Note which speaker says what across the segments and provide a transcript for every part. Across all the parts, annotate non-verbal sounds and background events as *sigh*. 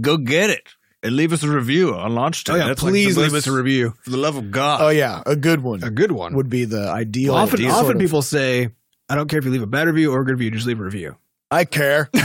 Speaker 1: go get it and leave us a review on launch day.
Speaker 2: Oh, yeah,
Speaker 1: That's like the
Speaker 2: please leave
Speaker 1: most-
Speaker 2: us a review. Uh,
Speaker 1: For the love of God.
Speaker 3: Oh yeah, a good one
Speaker 2: A good one.
Speaker 3: would be the ideal.
Speaker 2: often
Speaker 3: sort
Speaker 2: often
Speaker 3: of-
Speaker 2: people say, I don't care if you leave a bad review or a good review, just leave a review.
Speaker 3: I care. *laughs*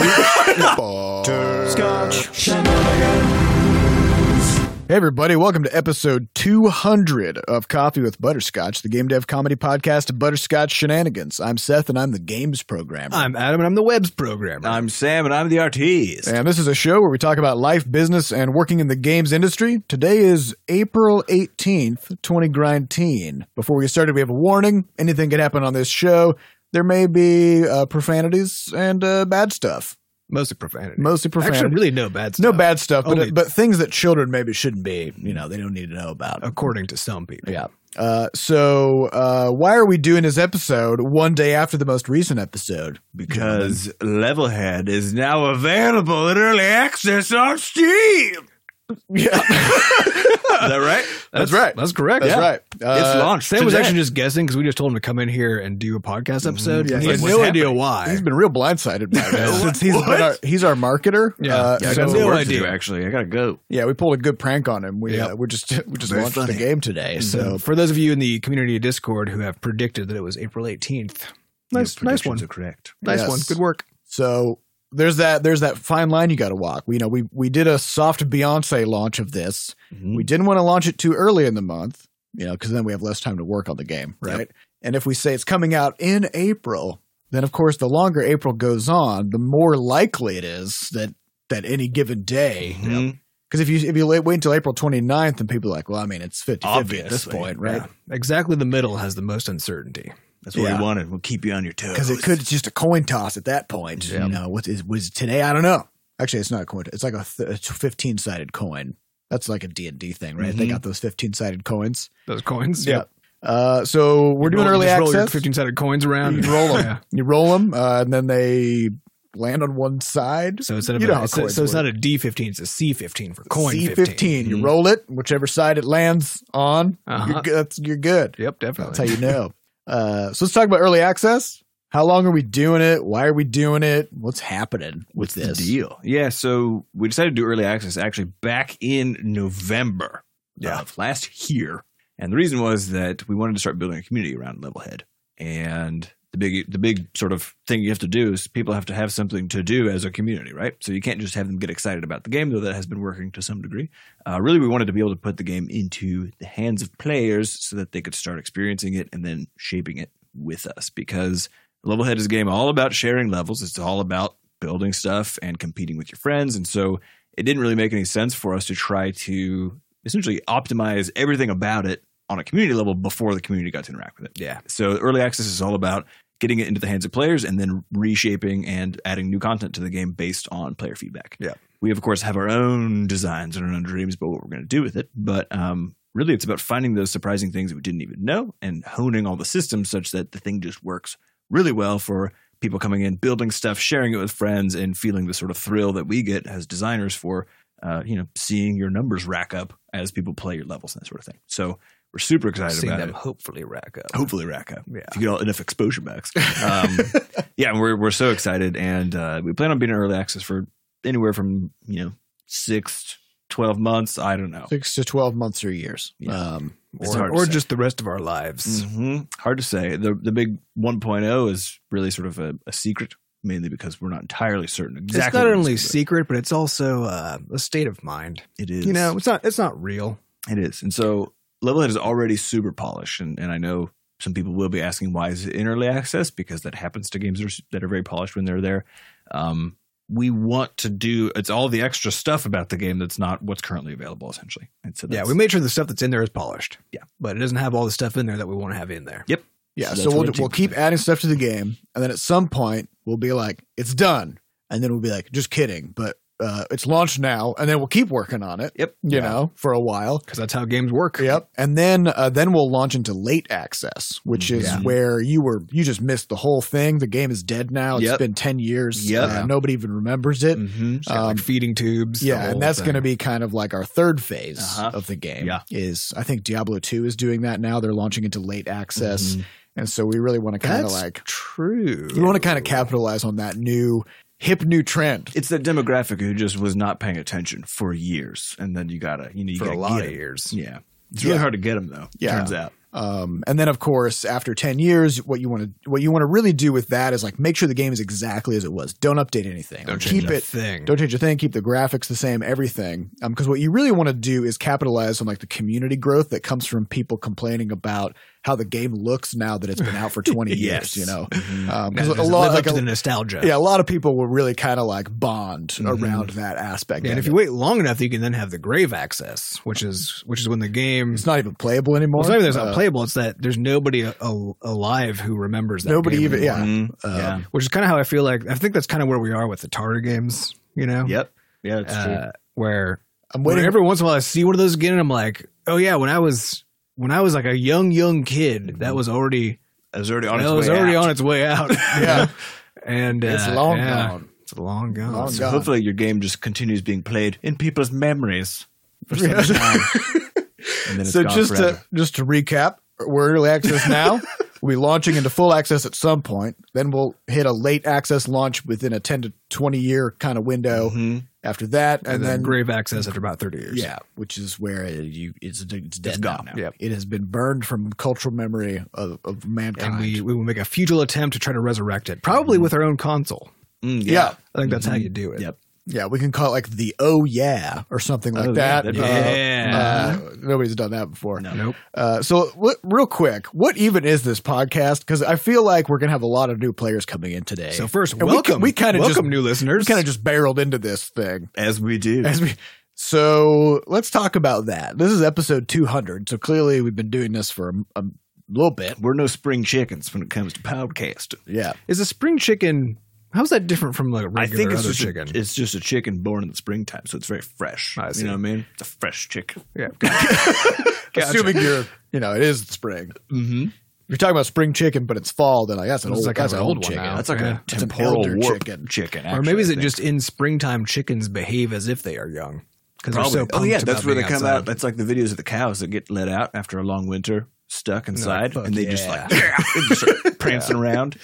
Speaker 3: Hey everybody, welcome to episode 200 of Coffee with Butterscotch, the game dev comedy podcast, Butterscotch Shenanigans. I'm Seth and I'm the games programmer.
Speaker 2: I'm Adam and I'm the webs programmer.
Speaker 1: I'm Sam and I'm the artiste.
Speaker 3: and this is a show where we talk about life, business, and working in the games industry. Today is April 18th, 2019. Before we get started, we have a warning. Anything could happen on this show. There may be uh, profanities and uh, bad stuff.
Speaker 2: Mostly profanity.
Speaker 3: Mostly profanity.
Speaker 2: Actually, really no bad
Speaker 3: no
Speaker 2: stuff.
Speaker 3: bad stuff, but,
Speaker 2: Only-
Speaker 3: but things that children maybe shouldn't be, you know, they don't need to know about.
Speaker 2: according to some people.
Speaker 3: Yeah. Uh, so uh, why are we doing this episode one day after the most recent episode?
Speaker 1: Because Levelhead is now available in early access on Steam.
Speaker 3: yeah,
Speaker 1: Is that right?
Speaker 3: That's right.
Speaker 2: That's correct.
Speaker 3: *laughs* that's
Speaker 2: yeah.
Speaker 3: right. Uh,
Speaker 1: it's launched.
Speaker 2: Sam was
Speaker 1: today. Mm-hmm.
Speaker 2: actually just guessing because we just told him to come in here and do a podcast episode.
Speaker 3: Yeah,
Speaker 2: and he
Speaker 3: he's
Speaker 2: had
Speaker 3: like,
Speaker 2: no
Speaker 1: "What's
Speaker 2: idea
Speaker 1: happening?"
Speaker 2: why.
Speaker 3: He's been real blindsided by this since he's
Speaker 1: *laughs* What?
Speaker 3: been our, he's our marketer.
Speaker 2: Yeah.
Speaker 3: uh,
Speaker 1: Yeah, I
Speaker 3: so
Speaker 1: got
Speaker 2: no
Speaker 1: no idea.
Speaker 2: idea.
Speaker 1: actually, I gotta go.
Speaker 3: yeah, we pulled a good prank on him. We
Speaker 2: Yep.
Speaker 3: uh, we just *laughs* we just
Speaker 1: Very
Speaker 3: launched the
Speaker 1: funny. Mm-hmm.
Speaker 3: game today. So
Speaker 2: So, for those of you in the community Discord who have predicted that it was April 18th, nice,
Speaker 1: Your
Speaker 2: nice
Speaker 1: predictions
Speaker 2: one.
Speaker 1: Are correct.
Speaker 2: Nice
Speaker 3: Yes.
Speaker 2: one. Good work.
Speaker 3: so there's that there's that fine line you got to walk. We, you know, we we did a soft Beyonce launch of this. We didn't want to launch it too early in the month, you know, because then we have less time to work on the game, right? And if we say it's coming out in April, then of course the longer April goes on, the more likely it is that that any given day,
Speaker 2: Mm-hmm.
Speaker 3: because
Speaker 1: Mhm.
Speaker 3: if you if you wait, wait until April 29th, and people are like, well, I mean, it's 50 50 at this
Speaker 1: Obviously,
Speaker 3: point, right?
Speaker 2: Yeah. Exactly the middle has the most uncertainty.
Speaker 1: That's what
Speaker 3: Yeah.
Speaker 1: we wanted. We'll keep you on your toes.
Speaker 3: Because it could it's just a coin toss at that point.
Speaker 2: Yeah.
Speaker 3: You know, what is was it today? I don't know. Actually, it's not a coin. It's like a th- 15 sided coin. That's like a D&D thing, right? They
Speaker 2: Mm-hmm.
Speaker 1: Mhm.
Speaker 3: got those 15 sided coins.
Speaker 2: Those coins.
Speaker 3: Yeah. Uh, so we're doing
Speaker 2: Roll-
Speaker 3: early
Speaker 2: just roll your
Speaker 3: access.
Speaker 2: 15 sided coins around.
Speaker 3: You roll 'em.
Speaker 2: Yeah.
Speaker 3: You roll them, uh, and then they land on one side.
Speaker 2: So instead of
Speaker 3: You
Speaker 2: a-
Speaker 3: know how
Speaker 2: it's- so,
Speaker 3: coins
Speaker 2: it's
Speaker 3: work.
Speaker 2: not a D15, it's a C15 for coin
Speaker 3: C
Speaker 2: 15.
Speaker 3: fifteen. You
Speaker 1: Mhm.
Speaker 3: roll it, whichever side it lands on,
Speaker 2: Uh-huh.
Speaker 3: you're, good. That's, you're good.
Speaker 2: Yep,
Speaker 3: That's
Speaker 2: definitely.
Speaker 3: how you know. uh, so let's talk about early access. How long are we doing it? Why are we doing it? What's happening with
Speaker 1: What's
Speaker 3: this?
Speaker 1: the deal? Yeah, so we decided to do early access actually back in November
Speaker 2: Yeah.
Speaker 1: of last year, and the reason was that we wanted to start building a community around Levelhead, and the big the big sort of thing you have to do is people have to have something to do as a community, right? So you can't just have them get excited about the game, though that has been working to some degree. Uh, really, we wanted to be able to put the game into the hands of players so that they could start experiencing it and then shaping it with us because Levelhead is a game all about sharing levels. It's all about building stuff and competing with your friends. And so it didn't really make any sense for us to try to essentially optimize everything about it on a community level before the community got to interact with it.
Speaker 2: Yeah.
Speaker 1: So early access is all about getting it into the hands of players and then reshaping and adding new content to the game based on player feedback.
Speaker 2: Yeah.
Speaker 1: We of course have our own designs and our own dreams about what we're going to do with it, but um, really it's about finding those surprising things that we didn't even know and honing all the systems such that the thing just works really well for people coming in, building stuff, sharing it with friends, and feeling the sort of thrill that we get as designers for uh, you know seeing your numbers rack up as people play your levels and that sort of thing. So we're super excited
Speaker 2: Seeing
Speaker 1: about
Speaker 2: them
Speaker 1: it
Speaker 2: hopefully rack up.
Speaker 1: hopefully rack up.
Speaker 2: Yeah.
Speaker 1: If you get all, enough
Speaker 2: *laughs*
Speaker 1: exposure backs. Um, yeah, and we're, we're so excited. And uh, we plan on being in early access for anywhere from, you know, six, 12 months. I don't know.
Speaker 3: Six to twelve months or years.
Speaker 1: Yeah.
Speaker 3: Um,
Speaker 1: It's
Speaker 2: or
Speaker 1: hard to
Speaker 2: or
Speaker 1: say.
Speaker 2: just the rest of our lives.
Speaker 1: hmm Hard to say. The, the big 1.0 is really sort of a, a secret, mainly because we're not entirely certain exactly.
Speaker 2: It's not
Speaker 1: what
Speaker 2: only
Speaker 1: it's gonna
Speaker 2: secret, but it's also uh, a state of mind.
Speaker 1: be. It is.
Speaker 2: You know, it's not it's not real.
Speaker 1: It is. And so Levelhead is already super polished. And, and I know some people will be asking why is it in early access because that happens to games that are, that are very polished when they're there. Um, we want to do it's all the extra stuff about the game that's not what's currently available essentially. And so
Speaker 2: Yeah,
Speaker 1: that's-
Speaker 2: we made sure the stuff that's in there is polished.
Speaker 1: Yeah.
Speaker 2: but it doesn't have all the stuff in there that we want to have in there.
Speaker 3: yeah.
Speaker 1: So
Speaker 3: So,
Speaker 1: that's
Speaker 3: we'll
Speaker 1: what it
Speaker 3: we'll
Speaker 1: takes.
Speaker 3: keep adding stuff to the game, and then at some point we'll be like, it's done, and then we'll be like, just kidding, but uh, it's launched now, and then we'll keep working on it.
Speaker 1: Yep.
Speaker 3: You
Speaker 2: Yeah.
Speaker 3: know, for a while.
Speaker 2: Because that's how games work.
Speaker 3: Yep. And then uh, then we'll launch into late access, which is
Speaker 1: Yeah.
Speaker 3: where you were you just missed the whole thing. The game is dead now. It's
Speaker 1: Yep.
Speaker 3: been ten years.
Speaker 1: Yep.
Speaker 3: Uh, nobody even remembers it.
Speaker 1: Mhm.
Speaker 2: It's got,
Speaker 3: Um,
Speaker 2: like feeding tubes. the
Speaker 3: Yeah,
Speaker 2: whole
Speaker 3: and that's
Speaker 2: thing.
Speaker 3: going to be kind of like our third phase
Speaker 1: Uh-huh.
Speaker 3: of the game.
Speaker 1: Yeah.
Speaker 3: Is I think Diablo 2 is doing that now. They're launching into late access.
Speaker 1: Mhm.
Speaker 3: And so we really want to kind of
Speaker 2: That's
Speaker 3: like
Speaker 2: true.
Speaker 3: we want to kind of capitalize on that new hip new trend.
Speaker 1: It's that demographic who just was not paying attention for years, and then you gotta you know you
Speaker 2: for a
Speaker 1: gotta
Speaker 2: lot
Speaker 1: get
Speaker 2: of
Speaker 1: 'em.
Speaker 2: years.
Speaker 1: Yeah, it's really
Speaker 3: Yeah.
Speaker 1: hard to get them though.
Speaker 3: Yeah.
Speaker 1: turns out.
Speaker 3: Um, and then of course, after 10 years, what you want to what you want to really do with that is like make sure the game is exactly as it was. Don't update anything. Like, keep
Speaker 2: a
Speaker 3: it
Speaker 2: Thing.
Speaker 3: don't change a thing, keep the graphics the same, everything. Um, because what you really want to do is capitalize on like the community growth that comes from people complaining about how the game looks now that it's
Speaker 2: *laughs*
Speaker 3: been out for 20
Speaker 1: Yes.
Speaker 3: years, you know.
Speaker 1: Mhm.
Speaker 3: Um,
Speaker 2: Now,
Speaker 3: 'cause
Speaker 2: does
Speaker 3: a
Speaker 2: it
Speaker 3: lot
Speaker 2: Mm-hmm. live
Speaker 3: like
Speaker 2: up to
Speaker 3: a-
Speaker 2: the nostalgia.
Speaker 3: yeah, a lot of people will really kind of like bond
Speaker 2: Mhm.
Speaker 3: around that aspect.
Speaker 2: Yeah,
Speaker 3: of
Speaker 2: and if
Speaker 3: it.
Speaker 2: you wait long enough, you can then have the grave access, which is which is when the game.
Speaker 3: it's not even playable
Speaker 2: Well,
Speaker 3: anymore.
Speaker 2: it's not even there's not
Speaker 3: Uh,
Speaker 2: playable. It's that there's nobody a, a- alive who remembers that.
Speaker 3: Nobody
Speaker 2: game
Speaker 3: even- yeah.
Speaker 2: anymore.
Speaker 1: Mhm.
Speaker 3: uh,
Speaker 1: yeah.
Speaker 2: Which is kind of how I feel like. I think that's kind of where we are with the Atari games. You know.
Speaker 1: Yep. Yeah, it's
Speaker 2: Uh, where
Speaker 3: I'm
Speaker 2: when
Speaker 3: waiting.
Speaker 2: every once in a while I see one of those again, and I'm like, oh yeah, when I was when I was like a young young kid, that was already
Speaker 1: true. It was already on its
Speaker 2: that was
Speaker 1: way
Speaker 2: already
Speaker 1: out.
Speaker 2: on its way out.
Speaker 3: Yeah.
Speaker 2: *laughs* and uh,
Speaker 3: it's long
Speaker 2: yeah,
Speaker 3: gone.
Speaker 2: It's long gone.
Speaker 3: Long
Speaker 1: So
Speaker 3: gone.
Speaker 1: hopefully your game just continues being played in people's memories for some
Speaker 3: Yeah. *laughs*
Speaker 1: time. And then it's
Speaker 3: so
Speaker 1: gone
Speaker 3: just uh,
Speaker 1: forever.
Speaker 3: to just to recap, we're early access
Speaker 2: *laughs*
Speaker 3: now. we'll be launching into full access at some point. Then we'll hit a late access launch within a ten to twenty year kind of window.
Speaker 1: Mhm.
Speaker 3: After that, and,
Speaker 2: and, then,
Speaker 3: then,
Speaker 2: grave access after about 30 years.
Speaker 3: yeah, which is where you it's it's dead
Speaker 1: it's gone now.
Speaker 2: Yeah.
Speaker 3: It has been burned from cultural memory of, of mankind.
Speaker 2: And we, we will make a futile attempt to try to resurrect it, probably with our own console.
Speaker 1: Mm, yeah.
Speaker 3: yeah.
Speaker 2: I think that's how you do it.
Speaker 1: Yep.
Speaker 3: yeah, we can call it like the oh yeah or something like
Speaker 1: Oh, yeah,
Speaker 3: that.
Speaker 1: that'd be
Speaker 2: Yeah.
Speaker 3: uh, nobody's done that before.
Speaker 1: No.
Speaker 2: Nope.
Speaker 3: Uh, so, what, real quick, what even is this podcast? Because I feel like we're gonna have a lot of new players coming in today.
Speaker 2: So first,
Speaker 3: And we
Speaker 2: welcome.
Speaker 3: ca- we kinda just-
Speaker 2: welcome new
Speaker 3: we
Speaker 2: listeners.
Speaker 3: kind of just barreled into this thing *laughs*
Speaker 1: As we do.
Speaker 3: as we. So let's talk about that. This is episode 200. So clearly, we've been doing this for a, a little bit.
Speaker 1: We're no spring chickens when it comes to podcasting.
Speaker 3: Yeah,
Speaker 2: is a spring chicken. How's that different from like regular
Speaker 1: I think it's
Speaker 2: other
Speaker 1: just
Speaker 2: chicken?
Speaker 1: A, it's just a chicken born in the springtime, so it's very fresh.
Speaker 2: I see.
Speaker 1: You know what I mean? It's a fresh chicken.
Speaker 2: yeah. Gotcha.
Speaker 3: assuming you're, you know, it is spring.
Speaker 1: Mm-hmm.
Speaker 3: If you're talking about spring chicken, but it's fall. Then I guess an
Speaker 2: It's
Speaker 3: old,
Speaker 2: like
Speaker 3: that's
Speaker 2: an
Speaker 3: an
Speaker 2: old
Speaker 3: old,
Speaker 2: one
Speaker 3: chicken.
Speaker 2: now.
Speaker 1: That's like
Speaker 2: Yeah.
Speaker 1: a
Speaker 3: It's an
Speaker 1: temporal
Speaker 3: elder
Speaker 1: warp
Speaker 3: chicken.
Speaker 1: chicken
Speaker 2: or maybe is it
Speaker 1: actually, I
Speaker 2: just in springtime chickens behave as if they are young because
Speaker 1: think.
Speaker 2: they're so
Speaker 1: oh yeah,
Speaker 2: pumped
Speaker 1: that's
Speaker 2: about
Speaker 1: where they
Speaker 2: being
Speaker 1: come
Speaker 2: outside.
Speaker 1: out. That's like the videos of the cows that get let out after a long winter, stuck inside,
Speaker 2: fuck
Speaker 1: and they just
Speaker 2: yeah.
Speaker 1: like *laughs* they just
Speaker 2: *laughs*
Speaker 1: start prancing around.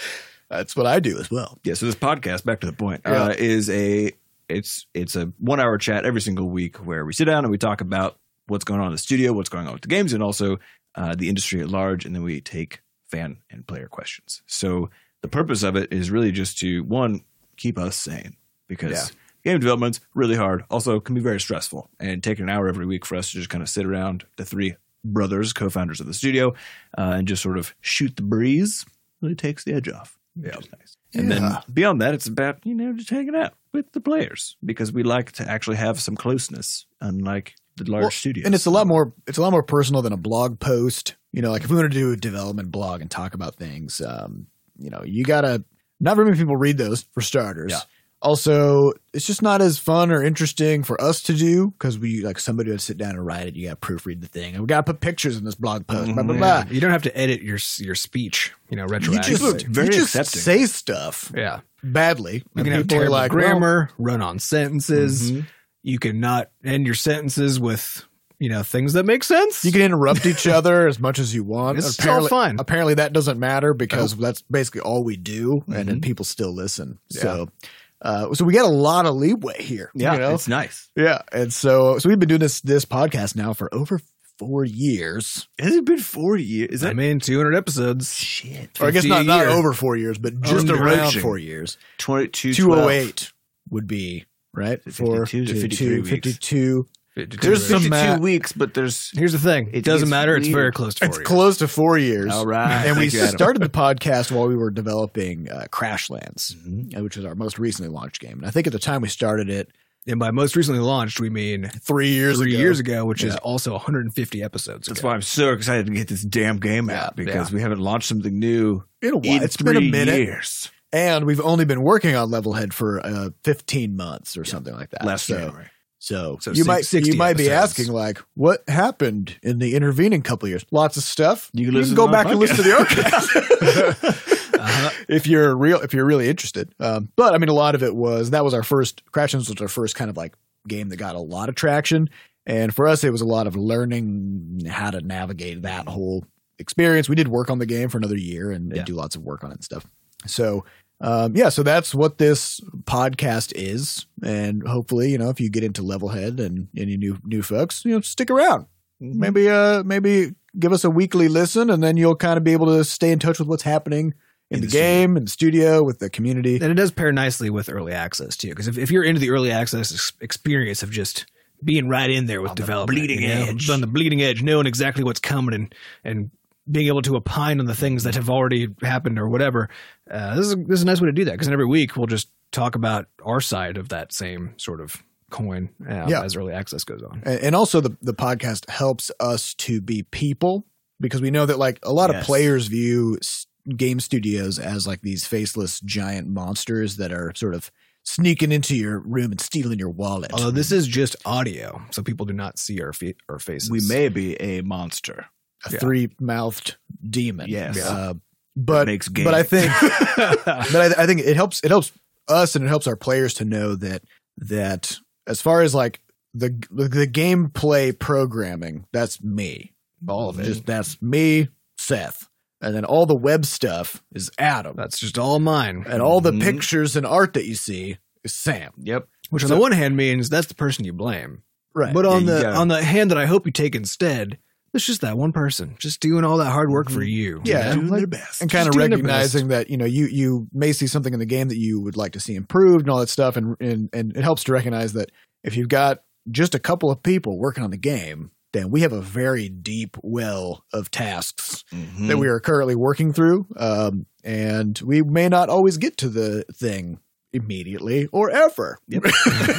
Speaker 3: That's what I do as well.
Speaker 1: Yeah, so this podcast, back to the point,
Speaker 3: Yeah.
Speaker 1: uh, is a it's it's a one hour chat every single week where we sit down and we talk about what's going on in the studio, what's going on with the games, and also uh, the industry at large, and then we take fan and player questions. So the purpose of it is really just to one keep us sane because.
Speaker 2: Yeah.
Speaker 1: Game development's really hard. Also, can be very stressful, and taking an hour every week for us to just kind of sit around the three brothers, co-founders of the studio, uh, and just sort of shoot the breeze. Really takes the edge off.
Speaker 2: Yeah.
Speaker 1: Yeah. Nice. And then
Speaker 3: Yeah.
Speaker 1: beyond that, it's about, you know, just hanging out with the players because we like to actually have some closeness, unlike the large
Speaker 3: Well,
Speaker 1: studios.
Speaker 3: and it's a lot more it's a lot more personal than a blog post you know like if we want to do a development blog and talk about things um you know you gotta not very many people read those for starters
Speaker 1: Yeah.
Speaker 3: also it's just not as fun or interesting for us to do because we like somebody would sit down and write it you gotta proofread the thing and we gotta put pictures in this blog post blah blah
Speaker 1: Mhm.
Speaker 3: blah
Speaker 2: Yeah. You don't have to edit your your speech, you know,
Speaker 3: you
Speaker 2: retroactively.
Speaker 3: just,
Speaker 1: Very
Speaker 3: you just
Speaker 1: accepting.
Speaker 3: say stuff
Speaker 2: yeah,
Speaker 3: badly
Speaker 2: you
Speaker 3: and
Speaker 2: can have
Speaker 3: people are
Speaker 2: terrible
Speaker 3: like, well,
Speaker 2: grammar, run on
Speaker 3: Mm-hmm.
Speaker 2: sentences.
Speaker 1: Mhm.
Speaker 2: You can not end your sentences with you know things that make sense.
Speaker 3: you can interrupt each other as much as you want.
Speaker 2: It's all
Speaker 3: Apparently-
Speaker 2: fine.
Speaker 3: Apparently, that doesn't matter because that's basically all we do, and then
Speaker 1: Mhm.
Speaker 3: people still listen. So, uh, so we got a lot of leeway here.
Speaker 1: Yeah,
Speaker 3: you know?
Speaker 1: it's nice.
Speaker 3: yeah. And so, so we've been doing this this podcast now for over four years,
Speaker 1: Has it been 40 years? Is
Speaker 2: I
Speaker 1: that
Speaker 2: mean, 200 episodes,
Speaker 1: shit?
Speaker 3: or I guess
Speaker 2: 50
Speaker 3: not
Speaker 2: a
Speaker 3: not
Speaker 2: year.
Speaker 3: over four years, but
Speaker 1: Oh,
Speaker 3: just
Speaker 1: no.
Speaker 3: around
Speaker 1: Approaching.
Speaker 3: four years.
Speaker 1: 22,
Speaker 3: Two oh eight would be right
Speaker 1: Is it
Speaker 3: for
Speaker 1: 52 to 53 weeks?
Speaker 3: 52.
Speaker 1: There's
Speaker 3: There's
Speaker 1: some
Speaker 3: some
Speaker 2: uh,
Speaker 3: math.
Speaker 1: weeks, but there's.
Speaker 2: Here's the thing.
Speaker 1: It
Speaker 2: It doesn't
Speaker 1: gets
Speaker 2: matter. It's
Speaker 1: weird.
Speaker 2: very close to
Speaker 3: It's
Speaker 2: 40.
Speaker 3: close to four years.
Speaker 1: All right.
Speaker 3: And we
Speaker 1: Thank you, Adam.
Speaker 3: started the podcast while we were developing uh, Crashlands,
Speaker 1: Mhm.
Speaker 3: uh, which was our most recently launched game. And I think at the time we started it
Speaker 2: and by most recently launched, we mean
Speaker 3: three years
Speaker 2: three
Speaker 3: ago.
Speaker 2: years ago, which is
Speaker 3: Yeah.
Speaker 2: also 150 episodes.
Speaker 1: That's
Speaker 2: ago.
Speaker 1: why I'm so excited to get this damn game out
Speaker 2: Yeah,
Speaker 1: because we haven't launched something new
Speaker 3: In a while.
Speaker 1: in
Speaker 3: it's
Speaker 1: three
Speaker 3: been a minute.
Speaker 1: years.
Speaker 3: And we've only been working on Levelhead for uh, 15 months or something like that.
Speaker 1: Last
Speaker 3: so,
Speaker 1: January.
Speaker 3: So,
Speaker 2: So
Speaker 3: you
Speaker 2: six-
Speaker 3: might you
Speaker 2: 60
Speaker 3: might be
Speaker 2: episodes.
Speaker 3: asking like, what happened in the intervening couple years? Lots of stuff.
Speaker 1: You can listen
Speaker 3: go
Speaker 1: to our
Speaker 3: back and listen to the archives
Speaker 2: Uh-huh.
Speaker 1: *laughs*
Speaker 3: *laughs* if you're real if you're really interested. Um, but I mean, a lot of it was that was our first Crashlands was our first kind of like game that got a lot of traction, and for us it was a lot of learning how to navigate that whole experience. We did work on the game for another year and, and
Speaker 1: Yeah.
Speaker 3: do lots of work on it and stuff. So Um, yeah, so that's what this podcast is, and hopefully, you know, if you get into Levelhead and any new new folks, you know, stick around. Maybe, uh, maybe give us a weekly listen, and then you'll kind of be able to stay in touch with what's happening in,
Speaker 1: In
Speaker 3: the,
Speaker 1: the studio.
Speaker 3: game, in the studio, with the
Speaker 2: *laughs*
Speaker 3: community.
Speaker 2: And it does pair nicely with early access too, because if, if you're into the early access ex- experience of just being right in there with
Speaker 1: On the
Speaker 2: development,
Speaker 1: bleeding
Speaker 2: you know,
Speaker 1: edge.
Speaker 2: on the bleeding edge, knowing exactly what's coming and and being able to opine on the things that have already happened or whatever, uh, this is this is a nice way to do that. Because every week we'll just talk about our side of that same sort of coin uh,
Speaker 3: Yeah.
Speaker 2: as early access goes on.
Speaker 3: And, and also, the, the podcast helps us to be people because we know that like a lot of
Speaker 1: Yes.
Speaker 3: players view s- game studios as like these faceless giant monsters that are sort of sneaking into your room and stealing your wallet.
Speaker 2: Although this is just audio, so people do not see our fe- our faces.
Speaker 1: We may be a monster.
Speaker 3: a
Speaker 2: yeah.
Speaker 3: three mouthed demon.
Speaker 1: Yes.
Speaker 3: Uh,
Speaker 1: that
Speaker 3: but
Speaker 1: makes games.
Speaker 3: but I
Speaker 1: *laughs*
Speaker 3: think but I, I think it helps it helps us and it helps our players to know that that as far as like the the gameplay programming, that's me.
Speaker 2: all of it.
Speaker 3: Just that's me, Seth, and then all the web stuff is Adam,
Speaker 2: That's just all mine.
Speaker 3: and all the
Speaker 1: Mhm.
Speaker 3: pictures and art that you see is Sam.
Speaker 1: Yep.
Speaker 2: Which on the one hand means that's the person you blame.
Speaker 3: Right.
Speaker 2: But
Speaker 1: Yeah,
Speaker 2: on
Speaker 1: you
Speaker 2: the
Speaker 1: gotta-
Speaker 2: on the hand that I hope you take instead, it's just that one person just doing all that hard work
Speaker 1: Mm-hmm.
Speaker 2: for you.
Speaker 3: Yeah,
Speaker 1: Doing
Speaker 3: like-
Speaker 1: their best.
Speaker 3: and kind of
Speaker 2: doing their
Speaker 3: recognizing that you know you you may see something in the game that you would like to see improved and all that stuff and and, and it helps to recognize that if you've got just a couple of people working on the game then we have a very deep well of tasks *laughs*
Speaker 1: Mhm.
Speaker 3: that we are currently working through um, and we may not always get to the thing immediately or ever
Speaker 1: yeah.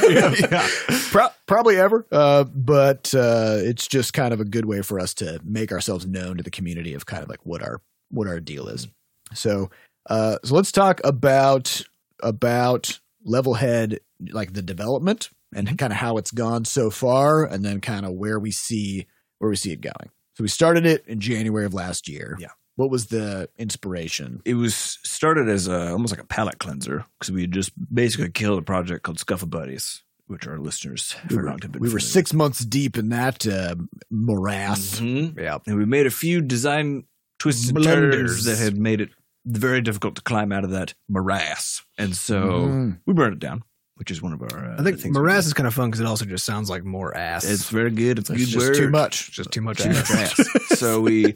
Speaker 1: yeah.
Speaker 3: Pro- probably ever uh, but uh, it's just kind of a good way for us to make ourselves known to the community of kind of like what our what our deal is so uh, so let's talk about about level head like the development and kind of how it's gone so far and then kind of where we see where we see it going so we started it in january of last year
Speaker 1: Yeah.
Speaker 3: what was the inspiration
Speaker 1: It was started as a almost like a palate cleanser because we had just basically killed a project called Scuffle Buddies, which our listeners
Speaker 3: we
Speaker 1: for
Speaker 3: were,
Speaker 1: not have been
Speaker 3: we were
Speaker 1: familiar
Speaker 3: six months deep in that uh, morass
Speaker 1: Mhm.
Speaker 2: Yeah.
Speaker 1: And we made a few design twists and
Speaker 2: Blunders.
Speaker 1: turns that had made it very difficult to climb out of that morass. And so
Speaker 3: Mhm.
Speaker 1: we burned it down, which is one of our. Uh,
Speaker 2: I think
Speaker 1: things we
Speaker 2: morass
Speaker 1: do.
Speaker 2: is kind of fun because it also just sounds like more ass.
Speaker 1: It's very good. It's a
Speaker 3: It's
Speaker 1: good
Speaker 3: just
Speaker 1: word.
Speaker 3: too much
Speaker 2: just too much
Speaker 1: Too much
Speaker 2: ass.
Speaker 1: ass. *laughs* so we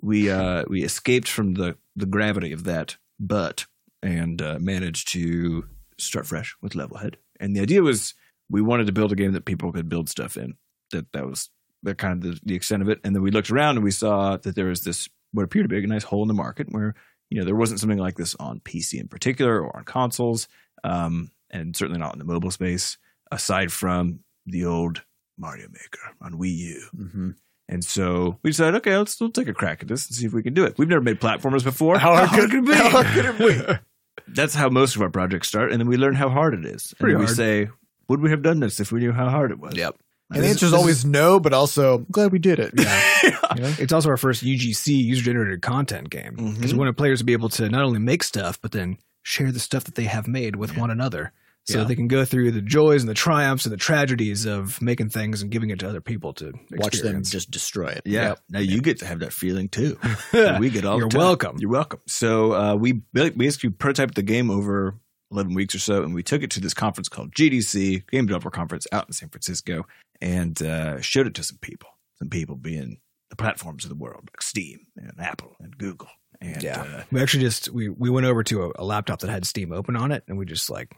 Speaker 1: we uh, we escaped from the the gravity of that butt and uh, managed to start fresh with Levelhead. And the idea was we wanted to build a game that people could build stuff in. That that was the kind of the, the extent of it. And then we looked around and we saw that there was this what appeared to be a nice hole in the market where you know there wasn't something like this on PC in particular or on consoles, um, and certainly not in the mobile space. Aside from the old Mario Maker on Wii U,
Speaker 3: Mhm.
Speaker 1: and so we decided, okay, let's, let's take a crack at this and see if we can do it. We've never made platformers before.
Speaker 3: How hard could- *laughs* how hard could
Speaker 2: *laughs*
Speaker 1: it be? That's how most of our projects start, and then we learn how hard it is.
Speaker 2: Pretty
Speaker 1: and
Speaker 2: hard.
Speaker 1: then we say, would we have done this if we knew how hard it was?
Speaker 2: Yep.
Speaker 3: and the
Speaker 1: This
Speaker 3: answer is
Speaker 1: this
Speaker 3: always no but also I'm glad we did it *laughs* You know?
Speaker 2: It's also our first UGC user generated content game because
Speaker 1: Mhm.
Speaker 2: we wanted players to be able to not only make stuff but then share the stuff that they have made with
Speaker 1: Yeah.
Speaker 2: one another, so
Speaker 1: Yeah.
Speaker 2: they can go through the joys and the triumphs and the tragedies of making things and giving it to other people to
Speaker 3: watch them
Speaker 2: experience.
Speaker 3: just destroy it
Speaker 1: Yeah.
Speaker 2: Yep.
Speaker 1: Now you get to have that
Speaker 2: *laughs*
Speaker 1: feeling too. And we get all. the
Speaker 2: You're
Speaker 1: time.
Speaker 2: welcome.
Speaker 1: You're welcome. So uh, we ba- basically prototyped the game over 11 weeks or so, and we took it to this conference called GDC Game Developer Conference out in San Francisco, and uh, showed it to some people. Some people being the platforms of the world, like Steam and Apple and Google. And
Speaker 2: Yeah.
Speaker 1: uh,
Speaker 2: We actually just we we went over to a, a laptop that had Steam open on it, and we just like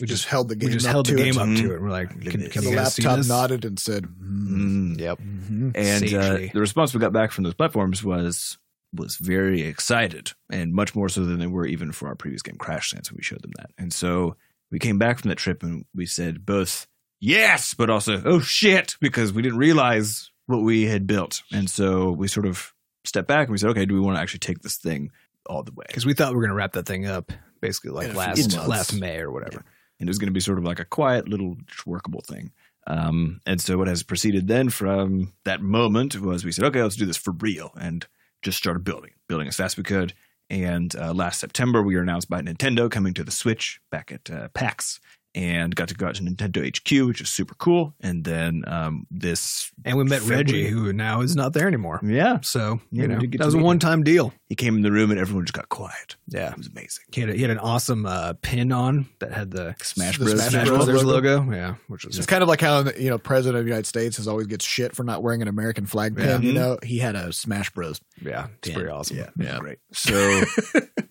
Speaker 3: we just held the
Speaker 2: we
Speaker 3: game
Speaker 2: just
Speaker 3: up
Speaker 2: held the
Speaker 3: to it.
Speaker 2: game up
Speaker 1: Mhm.
Speaker 2: to it. And we're like,
Speaker 1: Look at
Speaker 2: can,
Speaker 1: this.
Speaker 2: can
Speaker 3: the
Speaker 2: you guys see
Speaker 3: laptop
Speaker 2: this?
Speaker 3: nodded and said mm.
Speaker 1: mm.
Speaker 2: Yep.
Speaker 3: Mhm.
Speaker 1: and uh,
Speaker 2: Sagely.
Speaker 1: the response we got back from those platforms was was very excited and much more so than they were even for our previous game crashlands when we showed them that and so we came back from that trip and we said both yes but also oh shit because we didn't realize what we had built and so we sort of stepped back and we said okay do we want to actually take this thing all the way
Speaker 2: Because we thought we were gonna wrap that thing up basically like
Speaker 3: In a few
Speaker 2: last
Speaker 3: months.
Speaker 2: last May or whatever.
Speaker 1: and it was going to be sort of like a quiet little workable thing. Um, and so what has proceeded then from that moment was we said, okay, let's do this for real, and just started building, building as fast as we could. And uh, last September, we were announced by Nintendo coming to the Switch back at uh, PAX, and got to go out to Nintendo HQ, which is super cool. And then um, this,
Speaker 2: And we met
Speaker 1: February.
Speaker 2: Reggie, who now is not there anymore.
Speaker 1: yeah,
Speaker 2: So, you
Speaker 1: Yeah, we
Speaker 2: know,
Speaker 1: did get
Speaker 2: that
Speaker 1: to
Speaker 2: was a
Speaker 1: meet him.
Speaker 2: one time deal.
Speaker 1: he came in the room and everyone just got quiet.
Speaker 2: Yeah.
Speaker 1: It was amazing.
Speaker 2: He had, a, he had an awesome uh, pin on that had the
Speaker 1: Smash
Speaker 3: The
Speaker 1: Bros.
Speaker 3: Smash
Speaker 2: Smash
Speaker 3: Bros.
Speaker 2: Brothers
Speaker 3: logo.
Speaker 2: logo. Yeah. Which was
Speaker 3: It's kind of like how you know President of the United States has always gets shit for not wearing an American flag pin.
Speaker 2: Yeah. Mm-hmm.
Speaker 3: You know, he had a Smash Bros.
Speaker 2: Yeah, it's
Speaker 3: Yeah.
Speaker 2: pretty awesome.
Speaker 1: Yeah,
Speaker 3: Yeah.
Speaker 1: great.
Speaker 2: *laughs*
Speaker 1: So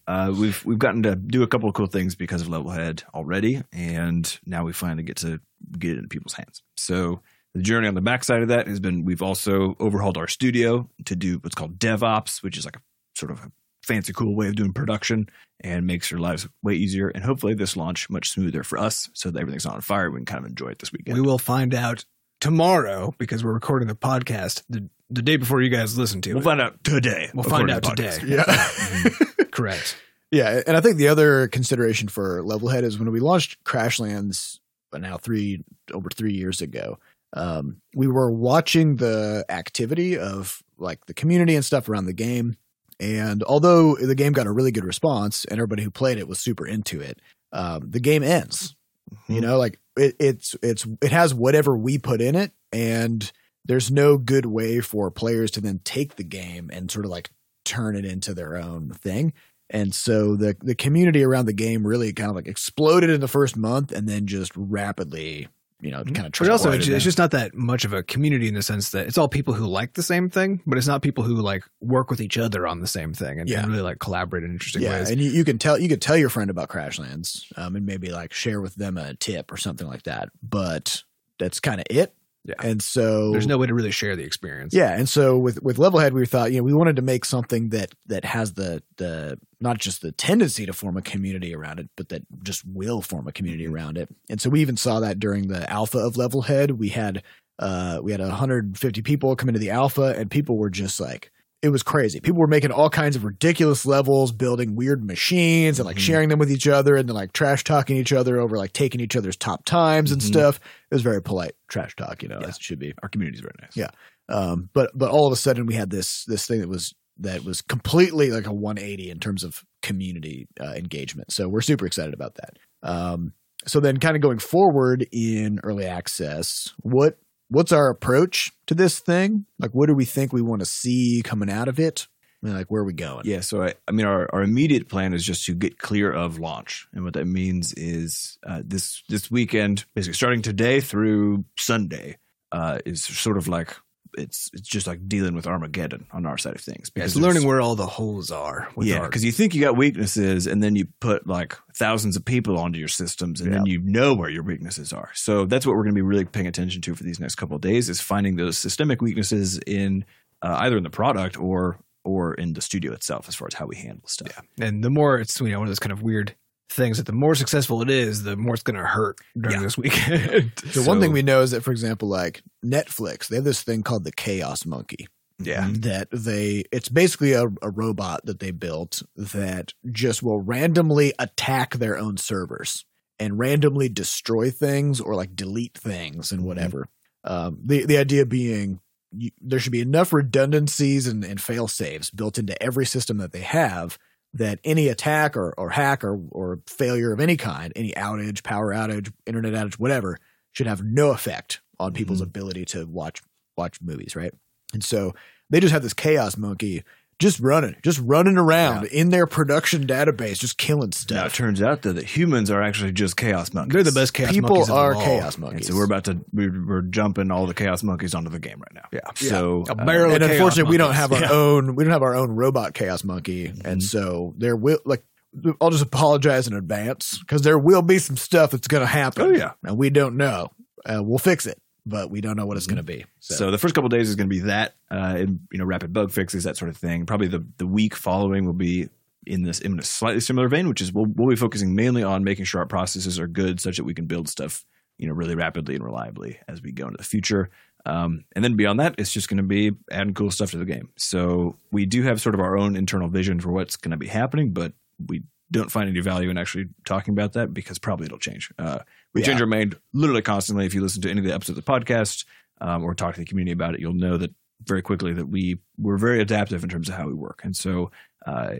Speaker 1: uh, we've we've gotten to do a couple of cool things because of Levelhead already, and now we finally get to get it in people's hands. So the journey on the backside of that has been we've also overhauled our studio to do what's called DevOps, which is like a sort of a fancy, cool way of doing production and makes your lives way easier. And hopefully, this launch much smoother for us, so that everything's not on fire. We can kind of enjoy it this weekend.
Speaker 2: We will find out tomorrow because we're recording the podcast the, the day before you guys listen to
Speaker 1: We'll
Speaker 2: it.
Speaker 1: find out today.
Speaker 2: We'll find out
Speaker 1: according to the podcast.
Speaker 2: today.
Speaker 3: Yeah. *laughs*
Speaker 2: Correct.
Speaker 3: Yeah, and I think the other consideration for Levelhead is when we launched Crashlands but now three over three years ago, um, we were watching the activity of like the community and stuff around the game. And although the game got a really good response and everybody who played it was super into it, um, the game ends. You
Speaker 2: Mm-hmm.
Speaker 1: Mhm.
Speaker 3: know, like it, it's it's it has whatever we put in it, and there's no good way for players to then take the game and sort of like turn it into their own thing. And so the the community around the game really kind of like exploded in the first month, and then just rapidly, you know,
Speaker 1: Mhm.
Speaker 3: kind of.
Speaker 2: Mm-hmm. But also, it's,
Speaker 3: trickled
Speaker 2: it's just not that much of a community in the sense that it's all people who like the same thing, but it's not people who like work with each other on the same thing and,
Speaker 3: Yeah.
Speaker 2: and really like collaborate in interesting
Speaker 3: yeah,
Speaker 2: ways.
Speaker 3: and you, you can tell you could tell your friend about Crashlands, um, and maybe like share with them a tip or something like that. But that's kind of it.
Speaker 2: Yeah.
Speaker 3: And so
Speaker 2: There's no way to really share the experience.
Speaker 3: Yeah, and so with with Levelhead, we thought you know we wanted to make something that that has the the not just the tendency to form a community around it, but that just will form a community around it. And so we even saw that during the alpha of Levelhead, we had uh we had 150 people come into the alpha, and people were just like. It was crazy. People were making all kinds of ridiculous levels, building weird machines and like
Speaker 1: Mhm.
Speaker 3: sharing them with each other and then like trash talking each other over like taking each other's top times and
Speaker 1: Mhm.
Speaker 3: stuff. It was very polite trash talk, you know,
Speaker 1: Yeah.
Speaker 3: as it should be
Speaker 1: Our community's very nice.
Speaker 3: Yeah. um, but but all of a sudden we had this this thing that was that was completely like a 180 in terms of community uh, engagement. So we're super excited about that. Um, so then, kind of going forward in early access, what what's our approach to this thing? Like, what do we think we want to see coming out of it? I mean, like, where are we going?
Speaker 1: Yeah, so I, I mean, our, our immediate plan is just to get clear of launch, and what that means is uh, this this weekend, basically starting today through Sunday, uh, is sort of like it's it's just like dealing with Armageddon on our side of things.
Speaker 2: Yeah, it's
Speaker 1: there's-
Speaker 2: learning where all the holes are. With
Speaker 1: yeah,
Speaker 2: art.
Speaker 1: because you think you got weaknesses, and then you put like thousands of people onto your systems, and then you know where your weaknesses are. So that's what we're going to be really paying attention to for these next couple of days is finding those systemic weaknesses in uh, either in the product or or in the studio itself, as far as how we handle stuff.
Speaker 2: and the more it's you know one of those kind of weird things that the more successful it is, the more it's going to hurt during
Speaker 1: Yeah.
Speaker 2: this
Speaker 1: *laughs*
Speaker 2: weekend.
Speaker 3: So, one thing we know is that, for example, like Netflix, they have this thing called the Chaos Monkey.
Speaker 1: yeah.
Speaker 3: that they it's basically a, a robot that they built that just will randomly attack their own servers and randomly destroy things or like delete things and whatever um, the the idea being you, there should be enough redundancies and, and fail safes built into every system that they have that any attack or, or hack or, or failure of any kind any outage power outage internet outage whatever should have no effect on people's
Speaker 2: Mm-hmm.
Speaker 1: Mhm.
Speaker 3: ability to watch watch movies right and so they just have this chaos monkey just running, just running around in their production database, just killing
Speaker 1: Now it
Speaker 3: stuff.
Speaker 1: turns out though that humans are actually just chaos monkeys.
Speaker 2: They're the best chaos monkeys
Speaker 3: People
Speaker 2: of
Speaker 3: are
Speaker 2: them all.
Speaker 3: chaos
Speaker 1: And
Speaker 3: monkeys.
Speaker 1: so we're about to we're, we're jumping all the chaos monkeys onto the game right now.
Speaker 2: Yeah.
Speaker 1: So
Speaker 2: A
Speaker 1: uh,
Speaker 2: barrel
Speaker 3: and
Speaker 2: of chaos
Speaker 3: unfortunately, we don't have our
Speaker 2: monkeys. Mm-hmm.
Speaker 3: own we don't have our own robot chaos monkey, and
Speaker 1: Mhm.
Speaker 3: so there will like I'll just apologize in advance because there will be some stuff that's going to happen.
Speaker 1: Oh, yeah.
Speaker 3: and we don't know. Uh, we'll fix it, but we don't know what
Speaker 2: Mm-hmm.
Speaker 3: it's going to be.
Speaker 1: So.
Speaker 3: So,
Speaker 1: the first couple days is going to be that, uh, and, you know, rapid bug fixes, that sort of thing. Probably the, the week following will be in this in a slightly similar vein, which is we'll, we'll be focusing mainly on making sure our processes are good, such that we can build stuff, you know, really rapidly and reliably as we go into the future. Um, and then beyond that, it's just going to be adding cool stuff to the game. So we do have sort of our own internal vision for what's going to be happening, but we don't find any value in actually talking about that because probably it'll change. Uh, we
Speaker 3: Yeah.
Speaker 1: change our mind literally constantly. If you listen to any of the episodes of the podcast, um, or talk to the community about it, you'll know that very quickly that we we're very adaptive in terms of how we work. And so uh,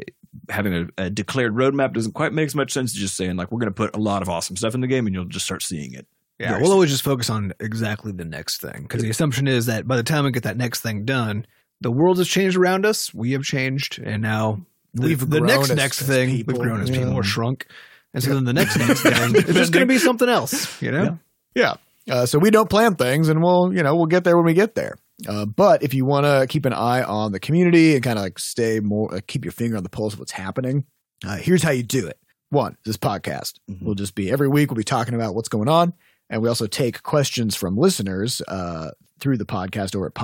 Speaker 1: having a, a declared roadmap doesn't quite make as much sense as just saying like we're going to put a lot of awesome stuff in the game and you'll just start seeing it.
Speaker 2: Yeah,
Speaker 1: Very
Speaker 2: we'll always just focus on exactly the next thing because the assumption is that by the time we get that next thing done, the world has changed around us. We have changed, and now the,
Speaker 3: We've
Speaker 2: the
Speaker 3: grown
Speaker 2: next
Speaker 3: as-
Speaker 2: next
Speaker 3: as
Speaker 2: thing
Speaker 3: people.
Speaker 2: we've grown as
Speaker 3: Yeah.
Speaker 2: people or shrunk, and so then the
Speaker 3: *laughs*
Speaker 2: next next thing it's just going to be something else. You know,
Speaker 1: Yeah.
Speaker 3: Yeah. Uh, so we don't plan things, and we'll you know we'll get there when we get there. Uh, but if you want to keep an eye on the community and kind of like stay more, uh, keep your finger on the pulse of what's happening, uh, here's how you do it. One, this podcast.
Speaker 1: Mhm.
Speaker 3: We'll just be every week. We'll be talking about what's going on, and we also take questions from listeners uh, through the podcast or at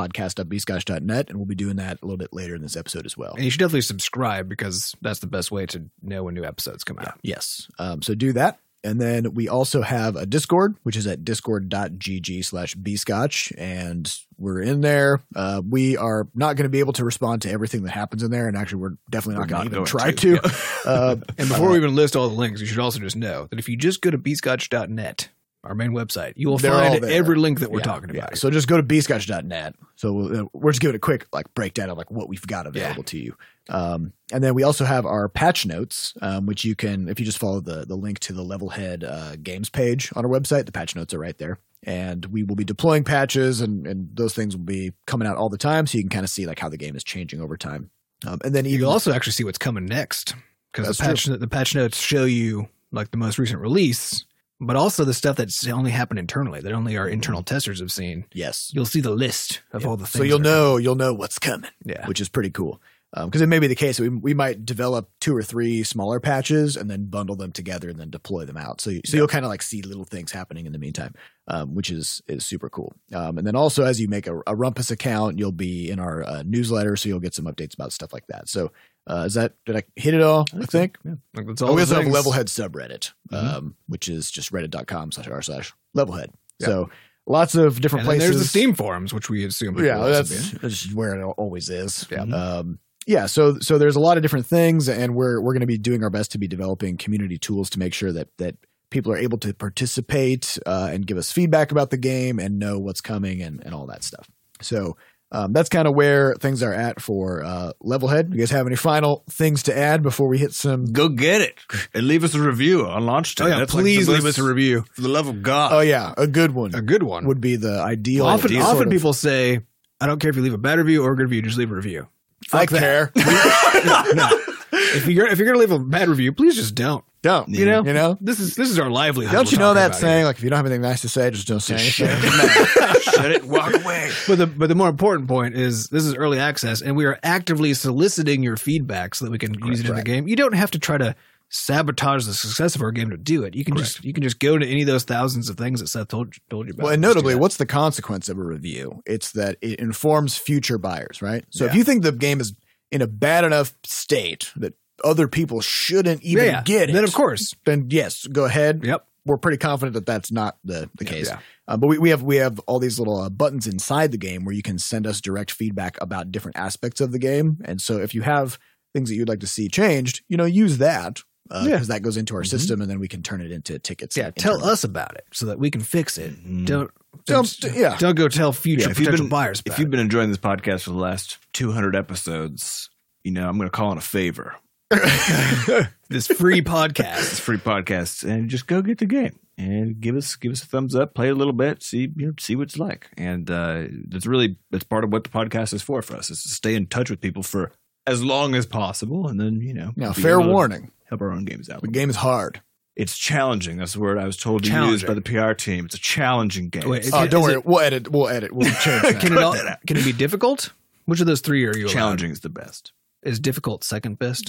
Speaker 3: podcast.bscotch.net, and we'll be doing that a little bit later in this episode as well.
Speaker 2: and you should definitely subscribe because that's the best way to know when new episodes come out.
Speaker 3: Yes. Um, so do that. And then we also have a Discord, which is at discord.gg slash bscotch. And we're in there. Uh, we are not going to be able to respond to everything that happens in there. And actually, we're definitely
Speaker 1: We're
Speaker 3: not,
Speaker 1: not
Speaker 3: going
Speaker 1: going
Speaker 3: to try
Speaker 1: to,
Speaker 3: to. Uh,
Speaker 2: And *laughs* before we even list all the links, you should also just know that if you just go to bscotch.net, our main website, you will
Speaker 3: They're all
Speaker 2: find
Speaker 3: there.
Speaker 2: every link that we're
Speaker 3: Yeah,
Speaker 2: talking about.
Speaker 3: yeah. So just go to bscotch.net. So we'll, uh, we're just giving a quick like breakdown of like what we've got available to you. Um, and then we also have our patch notes, um, which you can if you just follow the the link to the Levelhead uh, games page on our website. The patch notes are right there, and we will be deploying patches, and and those things will be coming out all the time, so you can kind of see like how the game is changing over time. Um, and then
Speaker 2: you
Speaker 3: even
Speaker 2: also actually see what's coming next because
Speaker 3: That's
Speaker 2: the patch the patch notes show you like the most recent release, but also the stuff that's only happened internally that only our internal testers have seen.
Speaker 3: yes,
Speaker 2: You'll see the list of all the things.
Speaker 3: so you'll
Speaker 2: that are-
Speaker 3: know you'll know what's coming.
Speaker 2: yeah,
Speaker 3: which is pretty cool. Because it may be the case that we, we might develop two or three smaller patches and then bundle them together and then deploy them out. So, you, so you'll kind of like see little things happening in the meantime, um, which is is super cool. Um, and then also as you make a, a Rumpus account, you'll be in our uh, newsletter, so you'll get some updates about stuff like that. So uh, is that did I hit it all? I think.
Speaker 2: like, that's
Speaker 3: Oh,
Speaker 2: all.
Speaker 3: we also
Speaker 2: the
Speaker 3: have a
Speaker 2: things.
Speaker 3: Levelhead subreddit,
Speaker 2: Mhm.
Speaker 3: um, which is just reddit.com slash r slash Levelhead.
Speaker 2: Yeah.
Speaker 3: So lots of different
Speaker 2: And then
Speaker 3: places.
Speaker 2: there's the Steam forums, which we assume. people
Speaker 3: Yeah,
Speaker 2: will also be
Speaker 3: that's,
Speaker 2: in.
Speaker 3: that's where it al- always is.
Speaker 2: Yeah.
Speaker 3: Um, yeah. So so there's a lot of different things, and we're we're going to be doing our best to be developing community tools to make sure that that people are able to participate uh, and give us feedback about the game and know what's coming and and all that stuff. So. Um, that's kind of where things are at for uh, Levelhead. You guys have any final things to add before we hit some?
Speaker 1: Go get it and leave us a review on launch day.
Speaker 2: Oh yeah,
Speaker 1: That's like the
Speaker 2: please leave
Speaker 1: most-
Speaker 2: us a review,
Speaker 1: For the love of God,
Speaker 3: Oh yeah, a good one
Speaker 2: Uh, a good one.
Speaker 3: would be the ideal.
Speaker 2: often,
Speaker 3: sort
Speaker 2: often
Speaker 3: of-
Speaker 2: people say, "I don't care if you leave a bad review or a good review, just leave a review."
Speaker 3: I
Speaker 2: fuck that.
Speaker 3: care.
Speaker 2: If you're if you're gonna leave a bad review, please just don't.
Speaker 3: Don't
Speaker 2: You know,
Speaker 3: *laughs* you know?
Speaker 2: this is this is our livelihood.
Speaker 3: Don't
Speaker 2: we're
Speaker 3: you know
Speaker 2: talking
Speaker 3: that
Speaker 2: about here.
Speaker 3: saying? Like, if you don't have anything nice to say, just don't say anything. *laughs*
Speaker 1: shut it, walk away.
Speaker 2: But the but the more important point is this is early access, and we are actively soliciting your feedback so that we can use it in the
Speaker 3: Right.
Speaker 2: game. You don't have to try to sabotage the success of our game to do it. You can just you can just go to any of those thousands of things that Seth told told you about.
Speaker 3: Well, and
Speaker 2: Just do
Speaker 3: notably,
Speaker 2: that.
Speaker 3: what's the consequence of a review? It's that it informs future buyers, right? So if
Speaker 2: Yeah.
Speaker 3: you think the game is in a bad enough state that other people shouldn't even
Speaker 2: yeah, yeah.
Speaker 3: get it,
Speaker 2: Then of course,
Speaker 3: then yes, go ahead.
Speaker 2: yep.
Speaker 3: We're pretty confident that that's not the, the case.
Speaker 2: yeah.
Speaker 3: Uh, but we, we have we have all these little uh, buttons inside the game where you can send us direct feedback about different aspects of the game. And so if you have things that you'd like to see changed, you know, use that because
Speaker 2: Yeah. Mm-hmm.
Speaker 3: that goes into our system, and then we can turn it into tickets.
Speaker 2: Yeah,
Speaker 3: and-
Speaker 2: tell us about it so that we can fix it. *laughs* Don't
Speaker 3: Don't-
Speaker 2: don't,
Speaker 3: Mm-hmm. yeah.
Speaker 2: don't go tell future
Speaker 1: Yeah, if you've
Speaker 2: potential
Speaker 1: been-
Speaker 2: buyers. About
Speaker 1: If you've been enjoying this podcast for the last 200 episodes, you know I'm going to call in a favor.
Speaker 3: *laughs*
Speaker 2: *laughs* it. this free
Speaker 1: It's
Speaker 2: podcast,
Speaker 1: free podcasts, and just go get the game and give us give us a thumbs up, play a little bit, see you know, see what it's like. And uh, that's really that's part of what the podcast is for for us is to stay in touch with people for as long as possible, and then you know
Speaker 3: Now,
Speaker 1: be
Speaker 3: fair
Speaker 1: able to
Speaker 3: warning:
Speaker 1: help our own games out.
Speaker 3: the game is hard.
Speaker 1: It's challenging. That's the word I was told to use
Speaker 2: Challenging.
Speaker 1: by the PR team. It's a challenging game.
Speaker 2: Wait,
Speaker 3: Oh,
Speaker 2: Is
Speaker 3: don't
Speaker 2: it- is
Speaker 3: worry. we'll edit. We'll edit.
Speaker 1: *laughs*
Speaker 3: We'll change that.
Speaker 2: can it all, can it be difficult? Which of those three are you? allowed?
Speaker 1: challenging is the best.
Speaker 2: Is difficult second best?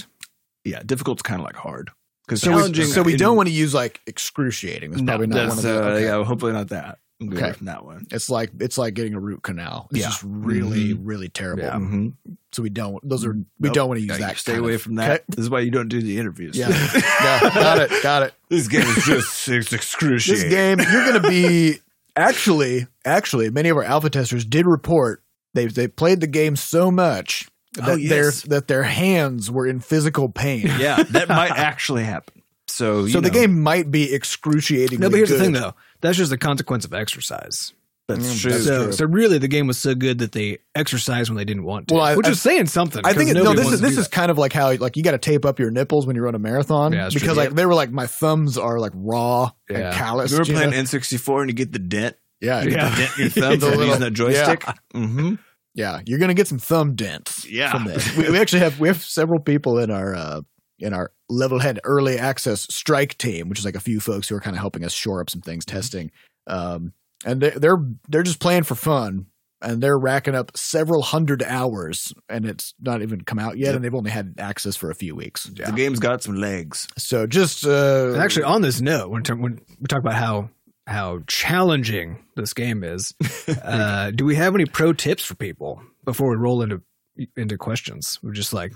Speaker 1: Yeah, diffical's kind of like hard because
Speaker 3: so, we,
Speaker 1: challenging.
Speaker 3: so we
Speaker 1: in-
Speaker 3: don't want to use like excruciating. That's
Speaker 1: No,
Speaker 3: probably not one
Speaker 1: that's,
Speaker 3: of the.
Speaker 1: uh,
Speaker 3: okay.
Speaker 1: yeah, hopefully not that. I'm good
Speaker 3: Okay.
Speaker 1: from that one.
Speaker 3: It's like it's like getting a root canal. It's
Speaker 1: Yeah.
Speaker 3: just really, really terrible.
Speaker 2: Yeah.
Speaker 1: Mhm.
Speaker 3: So we don't. Those are we
Speaker 1: Nope.
Speaker 3: don't want to use
Speaker 1: Yeah, you
Speaker 3: that.
Speaker 1: stay
Speaker 3: kind
Speaker 1: away
Speaker 3: of-
Speaker 1: from that.
Speaker 3: Okay.
Speaker 1: This is why you don't do the interviews.
Speaker 3: Yeah. yeah. Got it. Got it.
Speaker 1: *laughs* this game is just it's
Speaker 3: This
Speaker 1: excruciating.
Speaker 3: game, you're going to be actually, actually, many of our alpha testers did report they they played the game so much that
Speaker 1: Oh, yes.
Speaker 3: their that their hands were in physical
Speaker 1: *laughs*
Speaker 3: pain.
Speaker 1: yeah, that might actually happen. So, you
Speaker 3: So the
Speaker 1: know,
Speaker 3: game might be excruciatingly.
Speaker 2: No, but here's the
Speaker 3: good.
Speaker 2: thing, though. That's just the consequence of exercise.
Speaker 1: That's
Speaker 3: Mm,
Speaker 1: true.
Speaker 3: that's
Speaker 2: So,
Speaker 3: true.
Speaker 2: so really, the game was so good that they exercised when they didn't want to,
Speaker 3: Well, I-
Speaker 2: which
Speaker 3: I-
Speaker 2: is saying something.
Speaker 3: I
Speaker 2: 'cause
Speaker 3: think it, no.
Speaker 2: nobody
Speaker 3: This
Speaker 2: wants
Speaker 3: is
Speaker 2: to do
Speaker 3: this is kind of like how like you got to tape up your nipples when you run a marathon
Speaker 2: Yeah, that's true.
Speaker 3: because like they were like my thumbs are like raw
Speaker 2: Yeah.
Speaker 3: and calloused.
Speaker 1: we were
Speaker 3: you know?
Speaker 1: playing N64 and you get the dent,
Speaker 3: yeah,
Speaker 1: you
Speaker 3: yeah,
Speaker 1: get the dent in your thumb
Speaker 3: The
Speaker 1: from
Speaker 3: little-
Speaker 1: using that joystick. Mm-hmm.
Speaker 3: You're gonna get some thumb dents.
Speaker 1: Yeah.
Speaker 3: from this. We, we actually have we have several people in our uh, in our level head early access strike team, which is like a few folks who are kind of helping us shore up some things, testing. Um, and they, they're they're just playing for fun, and they're racking up several hundred hours, and it's not even come out yet,
Speaker 1: Yep.
Speaker 3: and they've only had access for a few weeks.
Speaker 1: The game's got some legs.
Speaker 3: So just uh,
Speaker 2: And actually, on this note, when, when we talk about how how challenging this game
Speaker 3: *laughs*
Speaker 2: is, uh, do we have any pro tips for people before we roll into into questions? We're just like,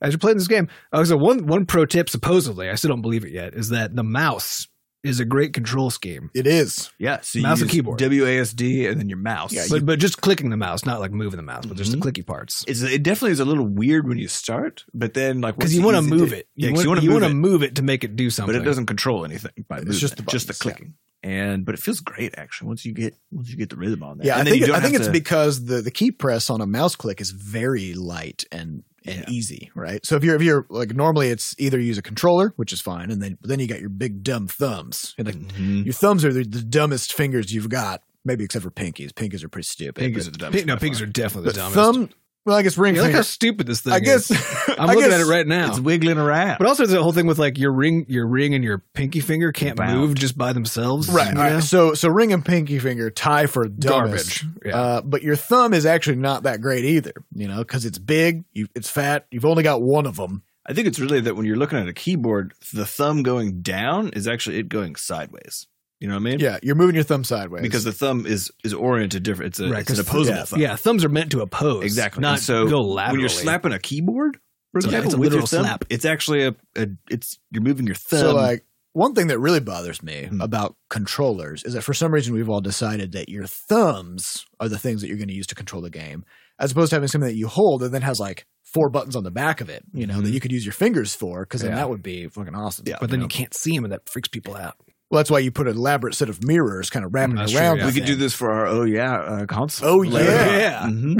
Speaker 2: as you're playing this game, oh, so one one pro tip supposedly, I still don't believe it yet, is that the mouse is a great control scheme.
Speaker 3: it is.
Speaker 1: Yeah. So
Speaker 2: Mouse
Speaker 1: you
Speaker 2: and
Speaker 1: use
Speaker 2: keyboard.
Speaker 1: WASD and then your mouse.
Speaker 3: Yeah,
Speaker 1: But
Speaker 2: but, but just clicking the mouse, not like moving the mouse, but just the
Speaker 3: Mm-hmm.
Speaker 2: clicky parts.
Speaker 1: it's, it definitely is a little weird when you start, but then like
Speaker 2: Because
Speaker 1: once
Speaker 2: you want to
Speaker 1: use
Speaker 2: move it.
Speaker 1: yeah,
Speaker 2: You
Speaker 1: 'cause
Speaker 2: want,
Speaker 1: you wanna
Speaker 2: you want to move
Speaker 1: move it.
Speaker 2: it to make it do something.
Speaker 1: but it doesn't control anything by movement,
Speaker 3: just the
Speaker 1: just the
Speaker 3: buttons, yeah.
Speaker 1: clicking. And but it feels great actually once you get once you get the rhythm on there.
Speaker 3: Yeah,
Speaker 1: and
Speaker 3: I
Speaker 1: then
Speaker 3: think,
Speaker 1: you
Speaker 3: I
Speaker 1: don't
Speaker 3: think
Speaker 1: have
Speaker 3: it's
Speaker 1: to-
Speaker 3: because the, the key press on a mouse click is very light and and
Speaker 1: Yeah.
Speaker 3: easy, right? So if you're if you're like normally it's either use a controller, which is fine, and then then you got your big dumb thumbs. And like
Speaker 2: Mm-hmm.
Speaker 1: Mhm.
Speaker 3: your thumbs are the, the dumbest fingers you've got, maybe except for pinkies. Pinkies are pretty stupid.
Speaker 2: Pinkies are the dumbest. No, pinkies are definitely
Speaker 3: but
Speaker 2: the dumbest.
Speaker 3: thumb. Well, I guess ring
Speaker 2: Yeah, look
Speaker 3: finger.
Speaker 2: how stupid this thing
Speaker 3: I
Speaker 2: is.
Speaker 3: guess *laughs*
Speaker 2: I'm
Speaker 3: I
Speaker 2: looking at
Speaker 3: guess-
Speaker 2: it right now.
Speaker 1: it's wiggling around.
Speaker 2: But also, there's a whole thing with like your ring, your ring, and your pinky finger can't
Speaker 1: Bound.
Speaker 2: move just by themselves.
Speaker 3: Right.
Speaker 2: you
Speaker 3: all right.
Speaker 2: know?
Speaker 3: So so ring and pinky finger tie for dumbest.
Speaker 2: Garbage. Yeah.
Speaker 3: Uh, but your thumb is actually not that great either, you know, because it's big, you, it's fat. You've only got one of them.
Speaker 1: I think it's really that when you're looking at a keyboard, the thumb going down is actually it going sideways. You know what I mean?
Speaker 3: Yeah, you're moving your thumb sideways
Speaker 1: Because the thumb is is oriented different. It's, a,
Speaker 2: Right,
Speaker 1: it's an
Speaker 2: 'cause-
Speaker 1: opposable
Speaker 3: yeah,
Speaker 1: thumb.
Speaker 2: yeah. Thumbs are meant to oppose.
Speaker 1: Exactly.
Speaker 2: Not
Speaker 1: And so
Speaker 2: go laterally.
Speaker 1: When you're slapping a keyboard, for
Speaker 2: It's a-
Speaker 1: example,
Speaker 2: it's a
Speaker 1: with your
Speaker 2: literal
Speaker 1: thumb,
Speaker 2: slap.
Speaker 1: it's actually a, a it's you're moving your thumb.
Speaker 3: so like one thing that really bothers me
Speaker 1: Hmm.
Speaker 3: about controllers is that for some reason we've all decided that your thumbs are the things that you're going to use to control the game, as opposed to having something that you hold and then has like four buttons on the back of it, you know, that you could use your fingers for, because then
Speaker 2: Yeah.
Speaker 3: that would be fucking awesome.
Speaker 1: Mm-hmm. Yeah.
Speaker 2: but then you
Speaker 3: know?
Speaker 2: can't see them, and that freaks people out.
Speaker 3: well, that's why you put an elaborate set of mirrors kind of wrapping
Speaker 2: Mm, that's
Speaker 3: around.
Speaker 2: true, yeah.
Speaker 3: the
Speaker 1: we could do
Speaker 3: thing.
Speaker 1: this for our oh yeah uh, console.
Speaker 3: Oh,
Speaker 1: Like,
Speaker 3: yeah. *laughs*
Speaker 1: *laughs* Mhm.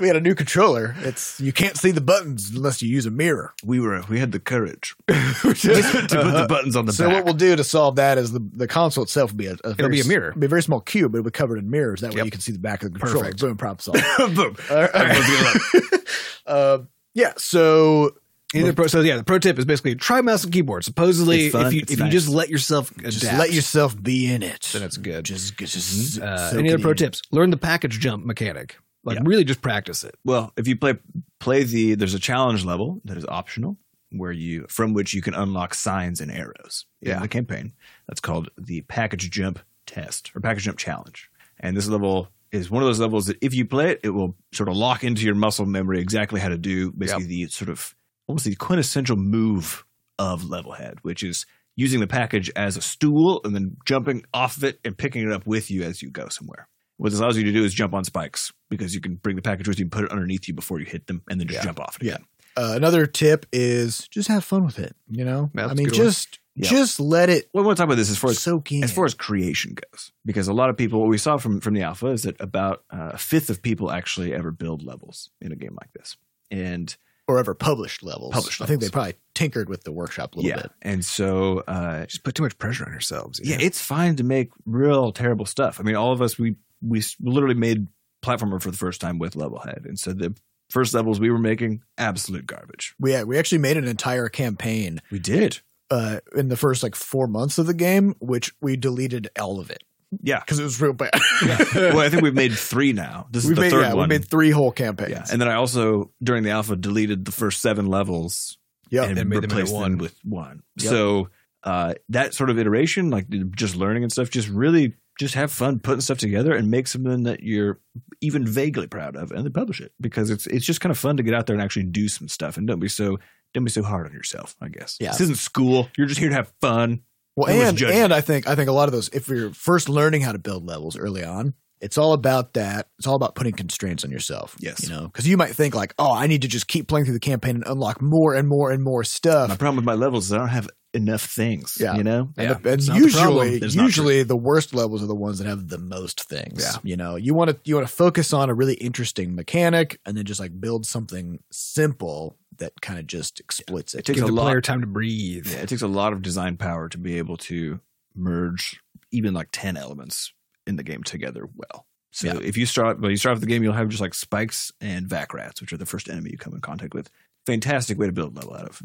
Speaker 3: we had a new controller. It's you can't see the buttons unless you use a mirror.
Speaker 1: we were we had the
Speaker 2: *laughs*
Speaker 1: courage *laughs* to put the buttons on the
Speaker 3: So
Speaker 1: back. *laughs*
Speaker 3: what we'll do to solve that is the, the console itself will be a, a
Speaker 2: It'll be a mirror.
Speaker 3: be a very small cube, but it'll be covered in mirrors. That way
Speaker 2: Yep.
Speaker 3: you can see the back of the controller.
Speaker 2: Perfect.
Speaker 3: Boom, problem solved.
Speaker 2: *laughs*
Speaker 1: Boom.
Speaker 3: All right.
Speaker 1: Everyone's
Speaker 3: Uh, yeah. So
Speaker 2: Either pro, so yeah, the pro tip is basically try mouse and keyboard. Supposedly,
Speaker 1: It's fun,
Speaker 2: if you
Speaker 1: it's
Speaker 2: if
Speaker 1: nice.
Speaker 2: you just let yourself adapt,
Speaker 3: just let yourself be in it.
Speaker 2: then it's good.
Speaker 3: just, just
Speaker 2: Uh,
Speaker 3: soak
Speaker 2: any
Speaker 3: it
Speaker 2: other pro
Speaker 3: in.
Speaker 2: tips? Learn the package jump mechanic. Like
Speaker 1: Yeah.
Speaker 2: really, just practice it.
Speaker 1: Well, if you play play the there's a challenge level that is optional where you from which you can unlock signs and arrows
Speaker 2: Yeah.
Speaker 1: in the campaign. That's called the package jump test or package jump challenge. And this level is one of those levels that if you play it, it will sort of lock into your muscle memory exactly how to do basically the sort of almost the quintessential move of level head, which is using the package as a stool and then jumping off of it and picking it up with you as you go somewhere. What this allows you to do is jump on spikes because you can bring the package with you and put it underneath you before you hit them and then just
Speaker 2: Yeah.
Speaker 1: jump off it.
Speaker 3: Yeah.
Speaker 1: again.
Speaker 3: Uh, another tip is just have fun with it. You know,
Speaker 2: That's
Speaker 3: I mean,
Speaker 2: a good one.
Speaker 3: just
Speaker 1: Yeah.
Speaker 3: just let it
Speaker 1: What I want to talk about this as far as
Speaker 3: soak in.
Speaker 1: as far as creation goes, because a lot of people, what we saw from from the alpha is that about uh, a fifth of people actually ever build levels in a game like this, and
Speaker 3: or ever published levels.
Speaker 1: Published
Speaker 3: I think
Speaker 1: levels.
Speaker 3: they probably tinkered with the workshop a little
Speaker 1: yeah,
Speaker 3: bit.
Speaker 1: and so uh,
Speaker 2: Just put too much pressure on yourselves. you
Speaker 1: yeah,
Speaker 2: know?
Speaker 1: it's fine to make real terrible stuff. I mean, all of us we we s- literally made platformer for the first time with Levelhead, and so the first levels we were making absolute garbage.
Speaker 3: We we actually made an entire campaign
Speaker 1: We did,
Speaker 3: uh, in the first like four months of the game, which we deleted all of it
Speaker 1: yeah.
Speaker 3: because it was real bad. *laughs*
Speaker 1: well, I think we've made three now. This is
Speaker 3: we
Speaker 1: the
Speaker 3: made,
Speaker 1: third
Speaker 3: yeah,
Speaker 1: one.
Speaker 3: we made three whole campaigns.
Speaker 1: yeah, and then I also during the alpha deleted the first seven levels
Speaker 3: Yep.
Speaker 1: and
Speaker 2: And made them into
Speaker 1: replaced them,
Speaker 2: one.
Speaker 1: with one.
Speaker 3: Yep.
Speaker 1: So uh, that sort of iteration, like just learning and stuff, just really just have fun putting stuff together and make something that you're even vaguely proud of, and then publish it because it's it's just kind of fun to get out there and actually do some stuff and don't be so don't be so hard on yourself. I guess
Speaker 3: Yeah.
Speaker 1: this isn't school. You're just here to have fun.
Speaker 3: Well,
Speaker 1: It was
Speaker 3: and
Speaker 1: judgment.
Speaker 3: and I think I think a lot of those, if you're first learning how to build levels early on, it's all about that. It's all about putting constraints on yourself.
Speaker 1: Yes.
Speaker 3: you know, because you might think like, oh, I need to just keep playing through the campaign and unlock more and more and more
Speaker 1: My
Speaker 3: stuff.
Speaker 1: problem with my levels is I don't have enough things.
Speaker 3: Yeah.
Speaker 1: You know?
Speaker 2: Yeah.
Speaker 3: And, the- and
Speaker 1: It's not the problem.
Speaker 3: usually,
Speaker 1: That is not
Speaker 3: usually the worst levels are the ones that have the most things.
Speaker 1: Yeah.
Speaker 3: You know, you want to you want to focus on a really interesting mechanic and then just like build something simple that kind of just exploits
Speaker 1: It
Speaker 3: it.
Speaker 1: takes
Speaker 2: Give
Speaker 1: a
Speaker 2: the
Speaker 1: lot.
Speaker 2: player time to breathe.
Speaker 1: Yeah, it takes a lot of design power to be able to merge even like ten elements in the game together well. So
Speaker 3: Yeah.
Speaker 1: if you start when you start off the game, you'll have just like spikes and vac rats, which are the first enemy you come in contact with. Fantastic way to build level out of.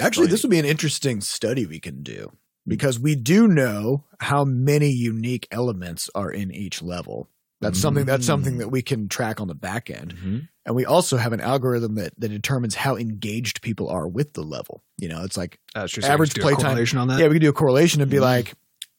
Speaker 3: Actually,
Speaker 1: Right.
Speaker 3: this would be an interesting study we can do
Speaker 1: Hmm.
Speaker 3: because we do know how many unique elements are in each level. That's something that's something
Speaker 1: Mm.
Speaker 3: that we can track on the back end.
Speaker 1: Mm-hmm.
Speaker 3: And we also have an algorithm that, that determines how engaged people are with the level. You know, it's like
Speaker 2: Uh, it's just-
Speaker 3: Average
Speaker 2: just do a
Speaker 3: playtime.
Speaker 2: correlation on that.
Speaker 3: yeah, we could do a correlation and be
Speaker 1: Mhm.
Speaker 3: like,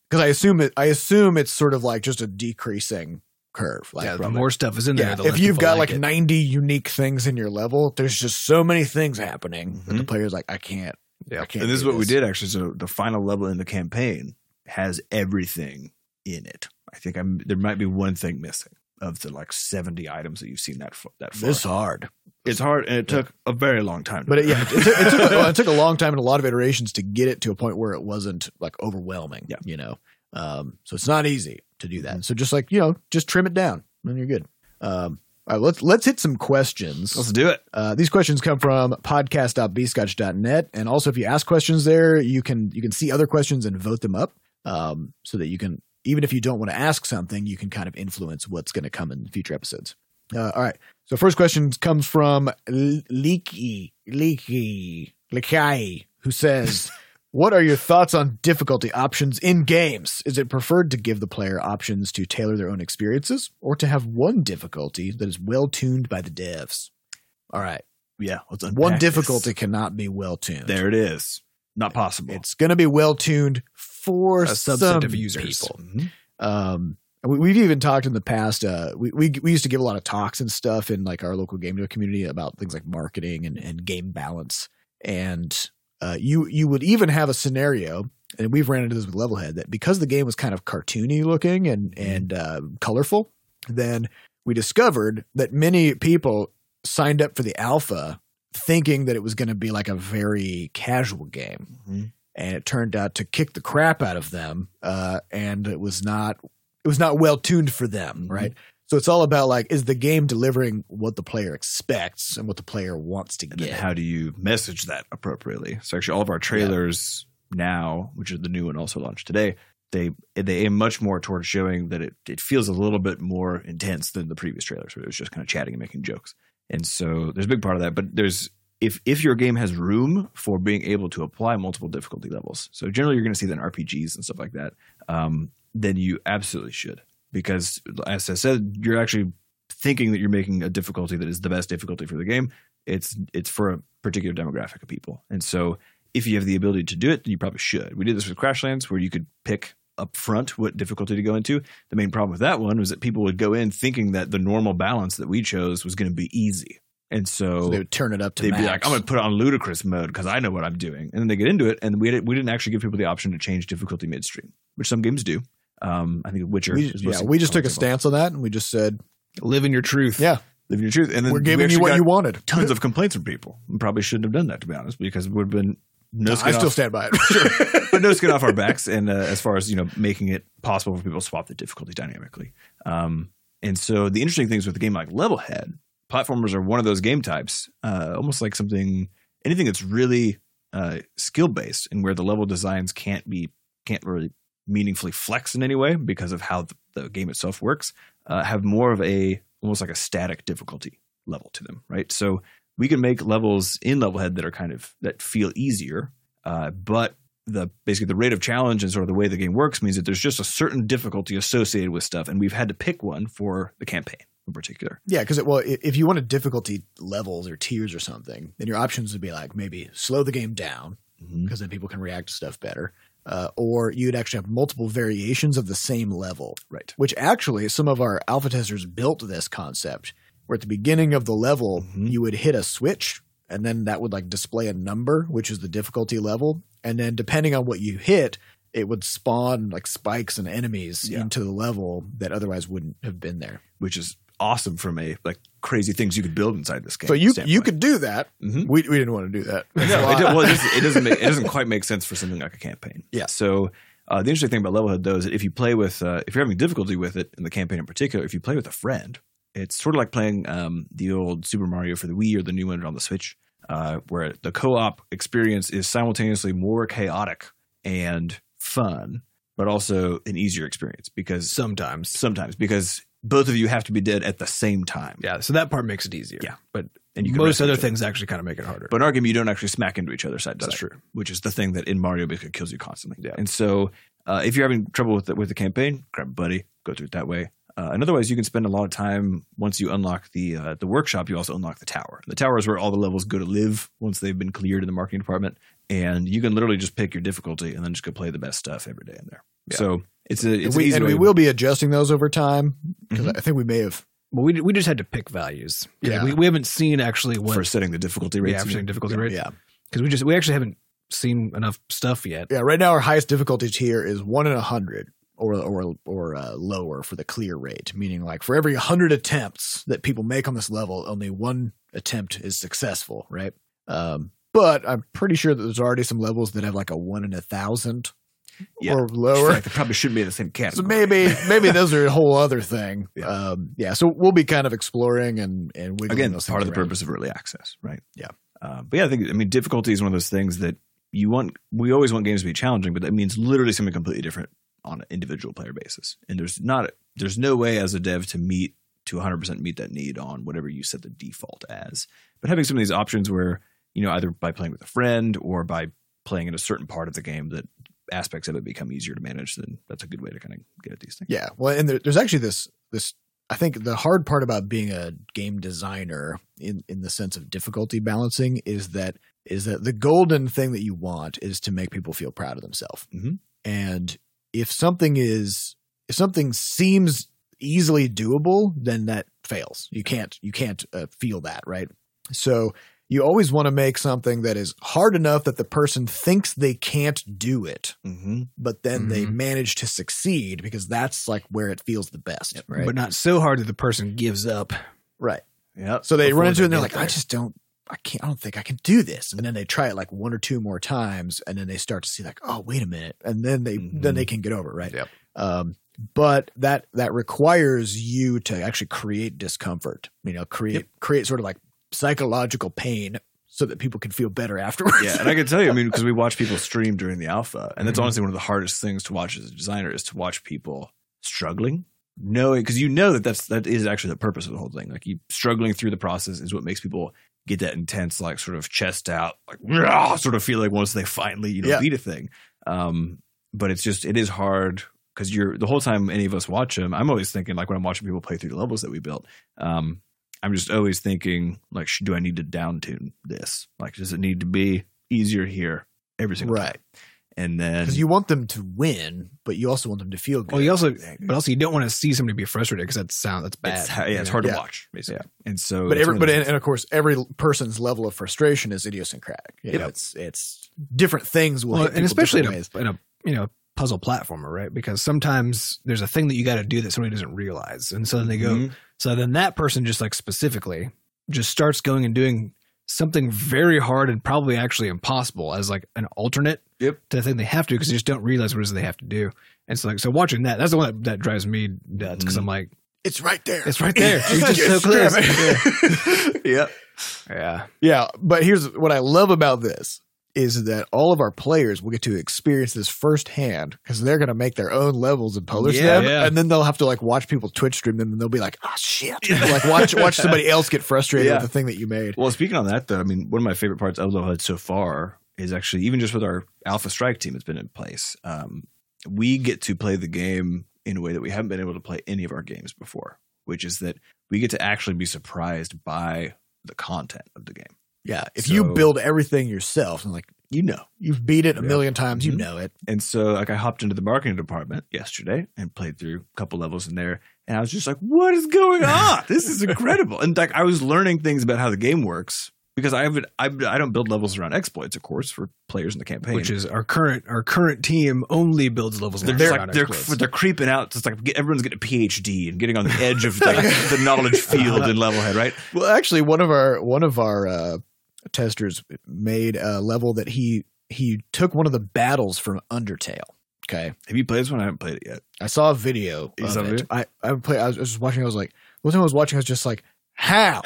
Speaker 3: because I assume it, I assume it's sort of like just a decreasing curve. Like,
Speaker 2: Yeah, the
Speaker 1: from
Speaker 2: more stuff is in
Speaker 3: yeah,
Speaker 2: there. the
Speaker 3: if
Speaker 2: less
Speaker 3: you've
Speaker 2: people
Speaker 3: got like,
Speaker 2: it.
Speaker 3: 90 unique things in your level, there's just so many things happening that the
Speaker 1: Mhm.
Speaker 3: player's like, I can't.
Speaker 2: Yeah.
Speaker 3: I can't.
Speaker 1: And this is
Speaker 3: do
Speaker 1: what we did actually. So the final level in the campaign has everything in it. I think I'm there might be one thing missing of the like seventy items that you've seen that fa- that far.
Speaker 3: This hard,
Speaker 1: it's hard, and it
Speaker 3: Yeah.
Speaker 1: took a very long time. To
Speaker 3: but it, yeah, it,
Speaker 1: build.
Speaker 3: took, it,
Speaker 1: *laughs*
Speaker 3: took a, well, it took a long time and a lot of iterations to get it to a point where it wasn't like overwhelming.
Speaker 1: Yeah.
Speaker 3: you know, um, so it's not easy to do that. So just like you know, just trim it down, and you're good. Um, all right, let's let's hit some questions.
Speaker 1: Let's do it.
Speaker 3: Uh, these questions come from podcast.bscotch.net. And also if you ask questions there, you can you can see other questions and vote them up um, so that you can even if you don't want to ask something, you can kind of influence what's going to come in future episodes. Uh, all right. So first question comes from L- Leaky Leaky Leaky who says, "What are your thoughts on difficulty options in games? Is it preferred to give the player options to tailor their own experiences or to have one difficulty that is well tuned by the devs?" All right.
Speaker 1: Yeah, let's
Speaker 3: One
Speaker 1: unpack this.
Speaker 3: difficulty cannot be well tuned.
Speaker 1: There it is. Not possible.
Speaker 3: It's going to be well tuned for
Speaker 2: A
Speaker 3: some
Speaker 2: subset of users.
Speaker 3: people.
Speaker 1: Mhm.
Speaker 3: Um, we, we've even talked in the past. Uh, we, we we used to give a lot of talks and stuff in like our local game dev community about things like marketing and, and game balance. And uh, you you would even have a scenario, and we've ran into this with Levelhead that because the game was kind of cartoony looking and and uh, colorful, then we discovered that many people signed up for the alpha thinking that it was going to be like a very casual game
Speaker 1: Mhm.
Speaker 3: and it turned out to kick the crap out of them uh, and it was not it was not well tuned for them
Speaker 1: Mhm.
Speaker 3: right so it's all about like is the game delivering what the player expects and what the player wants to
Speaker 1: And then
Speaker 3: get
Speaker 1: how do you message that appropriately? So actually, all of our trailers now, which is the new one also launched today, they they aim much more towards showing that it, it feels a little bit more intense than the previous trailers, where it was just kind of chatting and making jokes. And so there's a big part of that, but there's if if your game has room for being able to apply multiple difficulty levels, so generally you're going to see that in RPGs and stuff like that, um, then you absolutely should because as I said, you're actually thinking that you're making a difficulty that is the best difficulty for the game it's it's for a particular demographic of people. And so if you have the ability to do it, then you probably should. We did this with Crashlands where you could pick up front what difficulty to go into. The main problem with that one was that people would go in thinking that the normal balance that we chose was going to be easy. And so,
Speaker 3: so they would turn it up to
Speaker 1: they'd be
Speaker 3: max.
Speaker 1: like, I'm going to put it on ludicrous mode because I know what I'm doing. And then they get into it, and we, didn't- we didn't actually give people the option to change difficulty midstream, which some games do. Um, I think Witcher.
Speaker 3: we,
Speaker 1: is
Speaker 3: yeah
Speaker 1: mostly
Speaker 3: we just took a
Speaker 1: example.
Speaker 3: stance on that and we just said
Speaker 2: Live in your truth.
Speaker 3: yeah
Speaker 1: Living your truth. And then
Speaker 3: we're
Speaker 1: we
Speaker 3: giving
Speaker 1: actually
Speaker 3: you what
Speaker 1: got
Speaker 3: you wanted
Speaker 1: tons of complaints from people. We probably shouldn't have done that, to be honest, because it would have been no
Speaker 3: *laughs* i
Speaker 1: skin
Speaker 3: still
Speaker 1: off,
Speaker 3: stand
Speaker 1: *laughs*
Speaker 3: by it
Speaker 1: but no skin off our backs. And uh, as far as you know, making it possible for people to swap the difficulty dynamically. Um, and so the interesting things with a game like Levelhead, platformers are one of those game types, uh, almost like something, anything that's really uh, skill based and where the level designs can't be can't really meaningfully flex in any way because of how the, the game itself works, uh, have more of a almost like a static difficulty level to them, right? So we can make levels in Levelhead that are kind of that feel easier, uh, but the basically the rate of challenge and sort of the way the game works means that there's just a certain difficulty associated with stuff, and we've had to pick one for the campaign in particular.
Speaker 3: yeah because well i- if you wanted difficulty levels or tiers or something then your options would be like maybe slow the game down because then people can react to stuff better. Uh, or you'd actually have multiple variations of the same level,
Speaker 1: Right.
Speaker 3: which actually some of our alpha testers built this concept where at the beginning of the level,
Speaker 1: Mhm.
Speaker 3: you would hit a switch and then that would like display a number, which is the difficulty level. And then depending on what you hit, it would spawn like spikes and enemies
Speaker 1: Yeah.
Speaker 3: into the level that otherwise wouldn't have been there.
Speaker 1: which is awesome from a like crazy things you could build inside this game.
Speaker 3: So you you
Speaker 1: standpoint.
Speaker 3: could do that.
Speaker 1: Mhm.
Speaker 3: We, we didn't want to do that.
Speaker 1: No, it, do- well, it, doesn't, it doesn't make, it
Speaker 2: *laughs*
Speaker 1: doesn't quite make sense for something like a campaign.
Speaker 3: Yeah.
Speaker 1: So uh, the interesting thing about Levelhead though is that if you play with uh, if you're having difficulty with it in the campaign in particular, if you play with a friend, it's sort of like playing um, the old Super Mario for the Wii or the new one on the Switch, uh, where the co-op experience is simultaneously more chaotic and fun, but also an easier experience because
Speaker 2: sometimes.
Speaker 1: sometimes because both of you have to be dead at the same time.
Speaker 2: Yeah, so that part makes it easier.
Speaker 1: Yeah.
Speaker 2: but
Speaker 1: And you can
Speaker 2: most
Speaker 1: wrestle
Speaker 2: other
Speaker 1: each other.
Speaker 2: things actually kind of make it harder.
Speaker 1: But in our game, you don't actually smack into each other side to
Speaker 2: That's
Speaker 1: side. which is the thing that in Mario basically kills you constantly.
Speaker 2: Yeah.
Speaker 1: And so, uh, if you're having trouble with the, with the campaign, grab a buddy, go through it that way. Uh, and otherwise, you can spend a lot of time once you unlock the uh, the workshop. You also unlock the tower. The tower is where all the levels go to live once they've been cleared in the marketing department, and you can literally just pick your difficulty and then just go play the best stuff every day in there.
Speaker 2: Yeah.
Speaker 1: So it's a
Speaker 3: and
Speaker 1: it's Mm-hmm.
Speaker 3: we,
Speaker 1: an easy
Speaker 3: and we
Speaker 1: way to-
Speaker 3: will be adjusting those over time because I think we may have.
Speaker 2: Well, we, we just had to pick values. 'Cause
Speaker 3: Yeah.
Speaker 2: We, we haven't seen actually what
Speaker 1: for setting the difficulty rates.
Speaker 2: yeah, for saying difficulty rate
Speaker 3: Yeah,
Speaker 2: because we just we actually haven't seen enough stuff yet.
Speaker 3: yeah. Right now, our highest difficulty tier is one in a hundred, or or or uh, lower for the clear rate. Meaning, like for every hundred attempts that people make on this level, only one attempt is successful. Right. Um, but I'm pretty sure that there's already some levels that have like a one in a thousand
Speaker 1: Yeah.
Speaker 3: or
Speaker 1: In
Speaker 3: lower.
Speaker 1: fact, they probably shouldn't be in the same
Speaker 3: So
Speaker 1: category.
Speaker 3: maybe maybe those are a whole other thing.
Speaker 1: *laughs* Yeah.
Speaker 3: Um, yeah. So we'll be kind of exploring and and wiggling
Speaker 1: again
Speaker 3: those
Speaker 1: part of the
Speaker 3: things around.
Speaker 1: purpose of early access right
Speaker 3: Yeah.
Speaker 1: uh, but yeah i think i mean difficulty is one of those things that you want we always want games to be challenging but that means literally something completely different on an individual player basis and there's not there's no way as a dev to meet to 100% meet that need on whatever you set the default as but having some of these options where you know either by playing with a friend or by playing in a certain part of the game that aspects of it become easier to manage then that's a good way to kind of get at these things
Speaker 3: Yeah. Well, and there, there's actually this this I think the hard part about being a game designer in in the sense of difficulty balancing is that is that the golden thing that you want is to make people feel proud of themselves.
Speaker 1: Mhm.
Speaker 3: And if something is if something seems easily doable, then that fails. You can't you can't uh, feel that, right? So you always want to make something that is hard enough that the person thinks they can't do it
Speaker 1: mm-hmm.
Speaker 3: but then they
Speaker 2: Mhm.
Speaker 3: manage to succeed because that's like where it feels the best, right?
Speaker 2: But not so hard that the person gives up.
Speaker 3: right.
Speaker 1: yeah
Speaker 3: So they
Speaker 2: Before
Speaker 3: run into
Speaker 2: they
Speaker 3: it and they're
Speaker 2: get
Speaker 3: like, I
Speaker 2: there.
Speaker 3: just don't, I can't, I don't think I can do this. And then they try it like one or two more times, and then they start to see like, oh, wait a minute, and then they then
Speaker 1: Mhm.
Speaker 3: they can get over, it, right?
Speaker 2: Yep.
Speaker 3: Um, but that that requires you to actually create discomfort, you know, create create sort of like psychological pain so that people can feel better afterwards.
Speaker 1: yeah,
Speaker 3: *laughs*
Speaker 1: and I can tell you, I mean, because we watch people stream during the alpha, and that's
Speaker 2: Mhm.
Speaker 1: honestly one of the hardest things to watch as a designer is to watch people struggling, knowing because you know that that's that is actually the purpose of the whole thing. Like you struggling through the process is what makes people get that intense, like sort of chest out, like "Rah!" sort of feel like once they finally you know
Speaker 3: Yeah.
Speaker 1: beat a thing. Um, but it's just it is hard because you're the whole time any of us watch them. I'm always thinking like when I'm watching people play through the levels that we built. Um, I'm just always thinking like, sh- do I need to down tune this? Like, does it need to be easier here every single
Speaker 3: Right.
Speaker 1: time? And then
Speaker 3: because you want them to win, but you also want them to feel good.
Speaker 2: Well, you also, but also you don't want to see somebody be frustrated because that sound that's bad.
Speaker 1: it's, ha- yeah, it's hard
Speaker 3: Yeah.
Speaker 1: to watch basically. And
Speaker 3: but
Speaker 1: so, that's
Speaker 3: every,
Speaker 1: one of
Speaker 3: but
Speaker 1: the-
Speaker 3: and, and of course every person's level of frustration is idiosyncratic you know,
Speaker 1: Yep.
Speaker 3: it's it's different things will
Speaker 2: well,
Speaker 3: hit
Speaker 2: and
Speaker 3: people
Speaker 2: especially in
Speaker 3: different
Speaker 2: a,
Speaker 3: ways.
Speaker 2: in a you know puzzle platformer, right? Because sometimes there's a thing that you got to do that somebody doesn't realize, and so then they go,
Speaker 1: Mhm.
Speaker 2: So then that person just like specifically just starts going and doing something very hard and probably actually impossible as like an alternate
Speaker 1: Yep.
Speaker 2: to the thing they have to because they just don't realize what it is they have to do. And so like so watching that, that's the one that, that drives me nuts because I'm like,
Speaker 3: it's right there
Speaker 2: it's right
Speaker 3: *laughs*
Speaker 2: there. You're just so
Speaker 3: Yes,
Speaker 2: close.
Speaker 3: damn it.
Speaker 1: yeah,
Speaker 2: Yeah.
Speaker 3: *laughs* yeah but here's what i love about this is that all of our players will get to experience this firsthand because they're going to make their own levels and publish
Speaker 2: Yeah,
Speaker 3: them,
Speaker 2: yeah.
Speaker 3: and then they'll have to like watch people Twitch stream them, and they'll be like, "Ah, shit!" like watch watch somebody
Speaker 1: *laughs*
Speaker 3: else get frustrated
Speaker 1: Yeah.
Speaker 3: with the thing that you made.
Speaker 1: Well, speaking on that, though, I mean, one of my favorite parts of Levelhead so far is actually even just with our Alpha Strike team that's been in place, um, we get to play the game in a way that we haven't been able to play any of our games before, which is that we get to actually be surprised by the content of the game.
Speaker 3: Yeah, if you
Speaker 1: So-
Speaker 3: build everything yourself, and like
Speaker 1: You know.
Speaker 3: you've beat it a
Speaker 1: Yeah.
Speaker 3: million times,
Speaker 1: Mhm.
Speaker 3: you know it.
Speaker 1: And so, like, I hopped into the marketing department yesterday and played through a couple levels in there. And I was just like, what is going on? This is incredible. And, like, I was learning things about how the game works because I haven't I, I don't build levels around exploits, of course, for players in the campaign.
Speaker 2: which is our current our current team only builds levels.
Speaker 1: they're,
Speaker 2: around
Speaker 1: they're,
Speaker 2: around
Speaker 1: like, they're,
Speaker 2: exploits.
Speaker 1: they're creeping out. It's like get- everyone's getting a PhD and getting on the edge of *laughs* like, the knowledge field in Levelhead, right?
Speaker 3: Well, actually, one of our one of our uh, testers made a level that he he took one of the battles from Undertale. Okay,
Speaker 1: Have you played this one? I haven't played it *laughs* yet.
Speaker 3: I saw a video.
Speaker 1: You
Speaker 3: Of
Speaker 1: saw a
Speaker 3: it.
Speaker 1: video?
Speaker 3: I I would play. I was, I was just watching. I was like, one time I was watching. I was just like, how?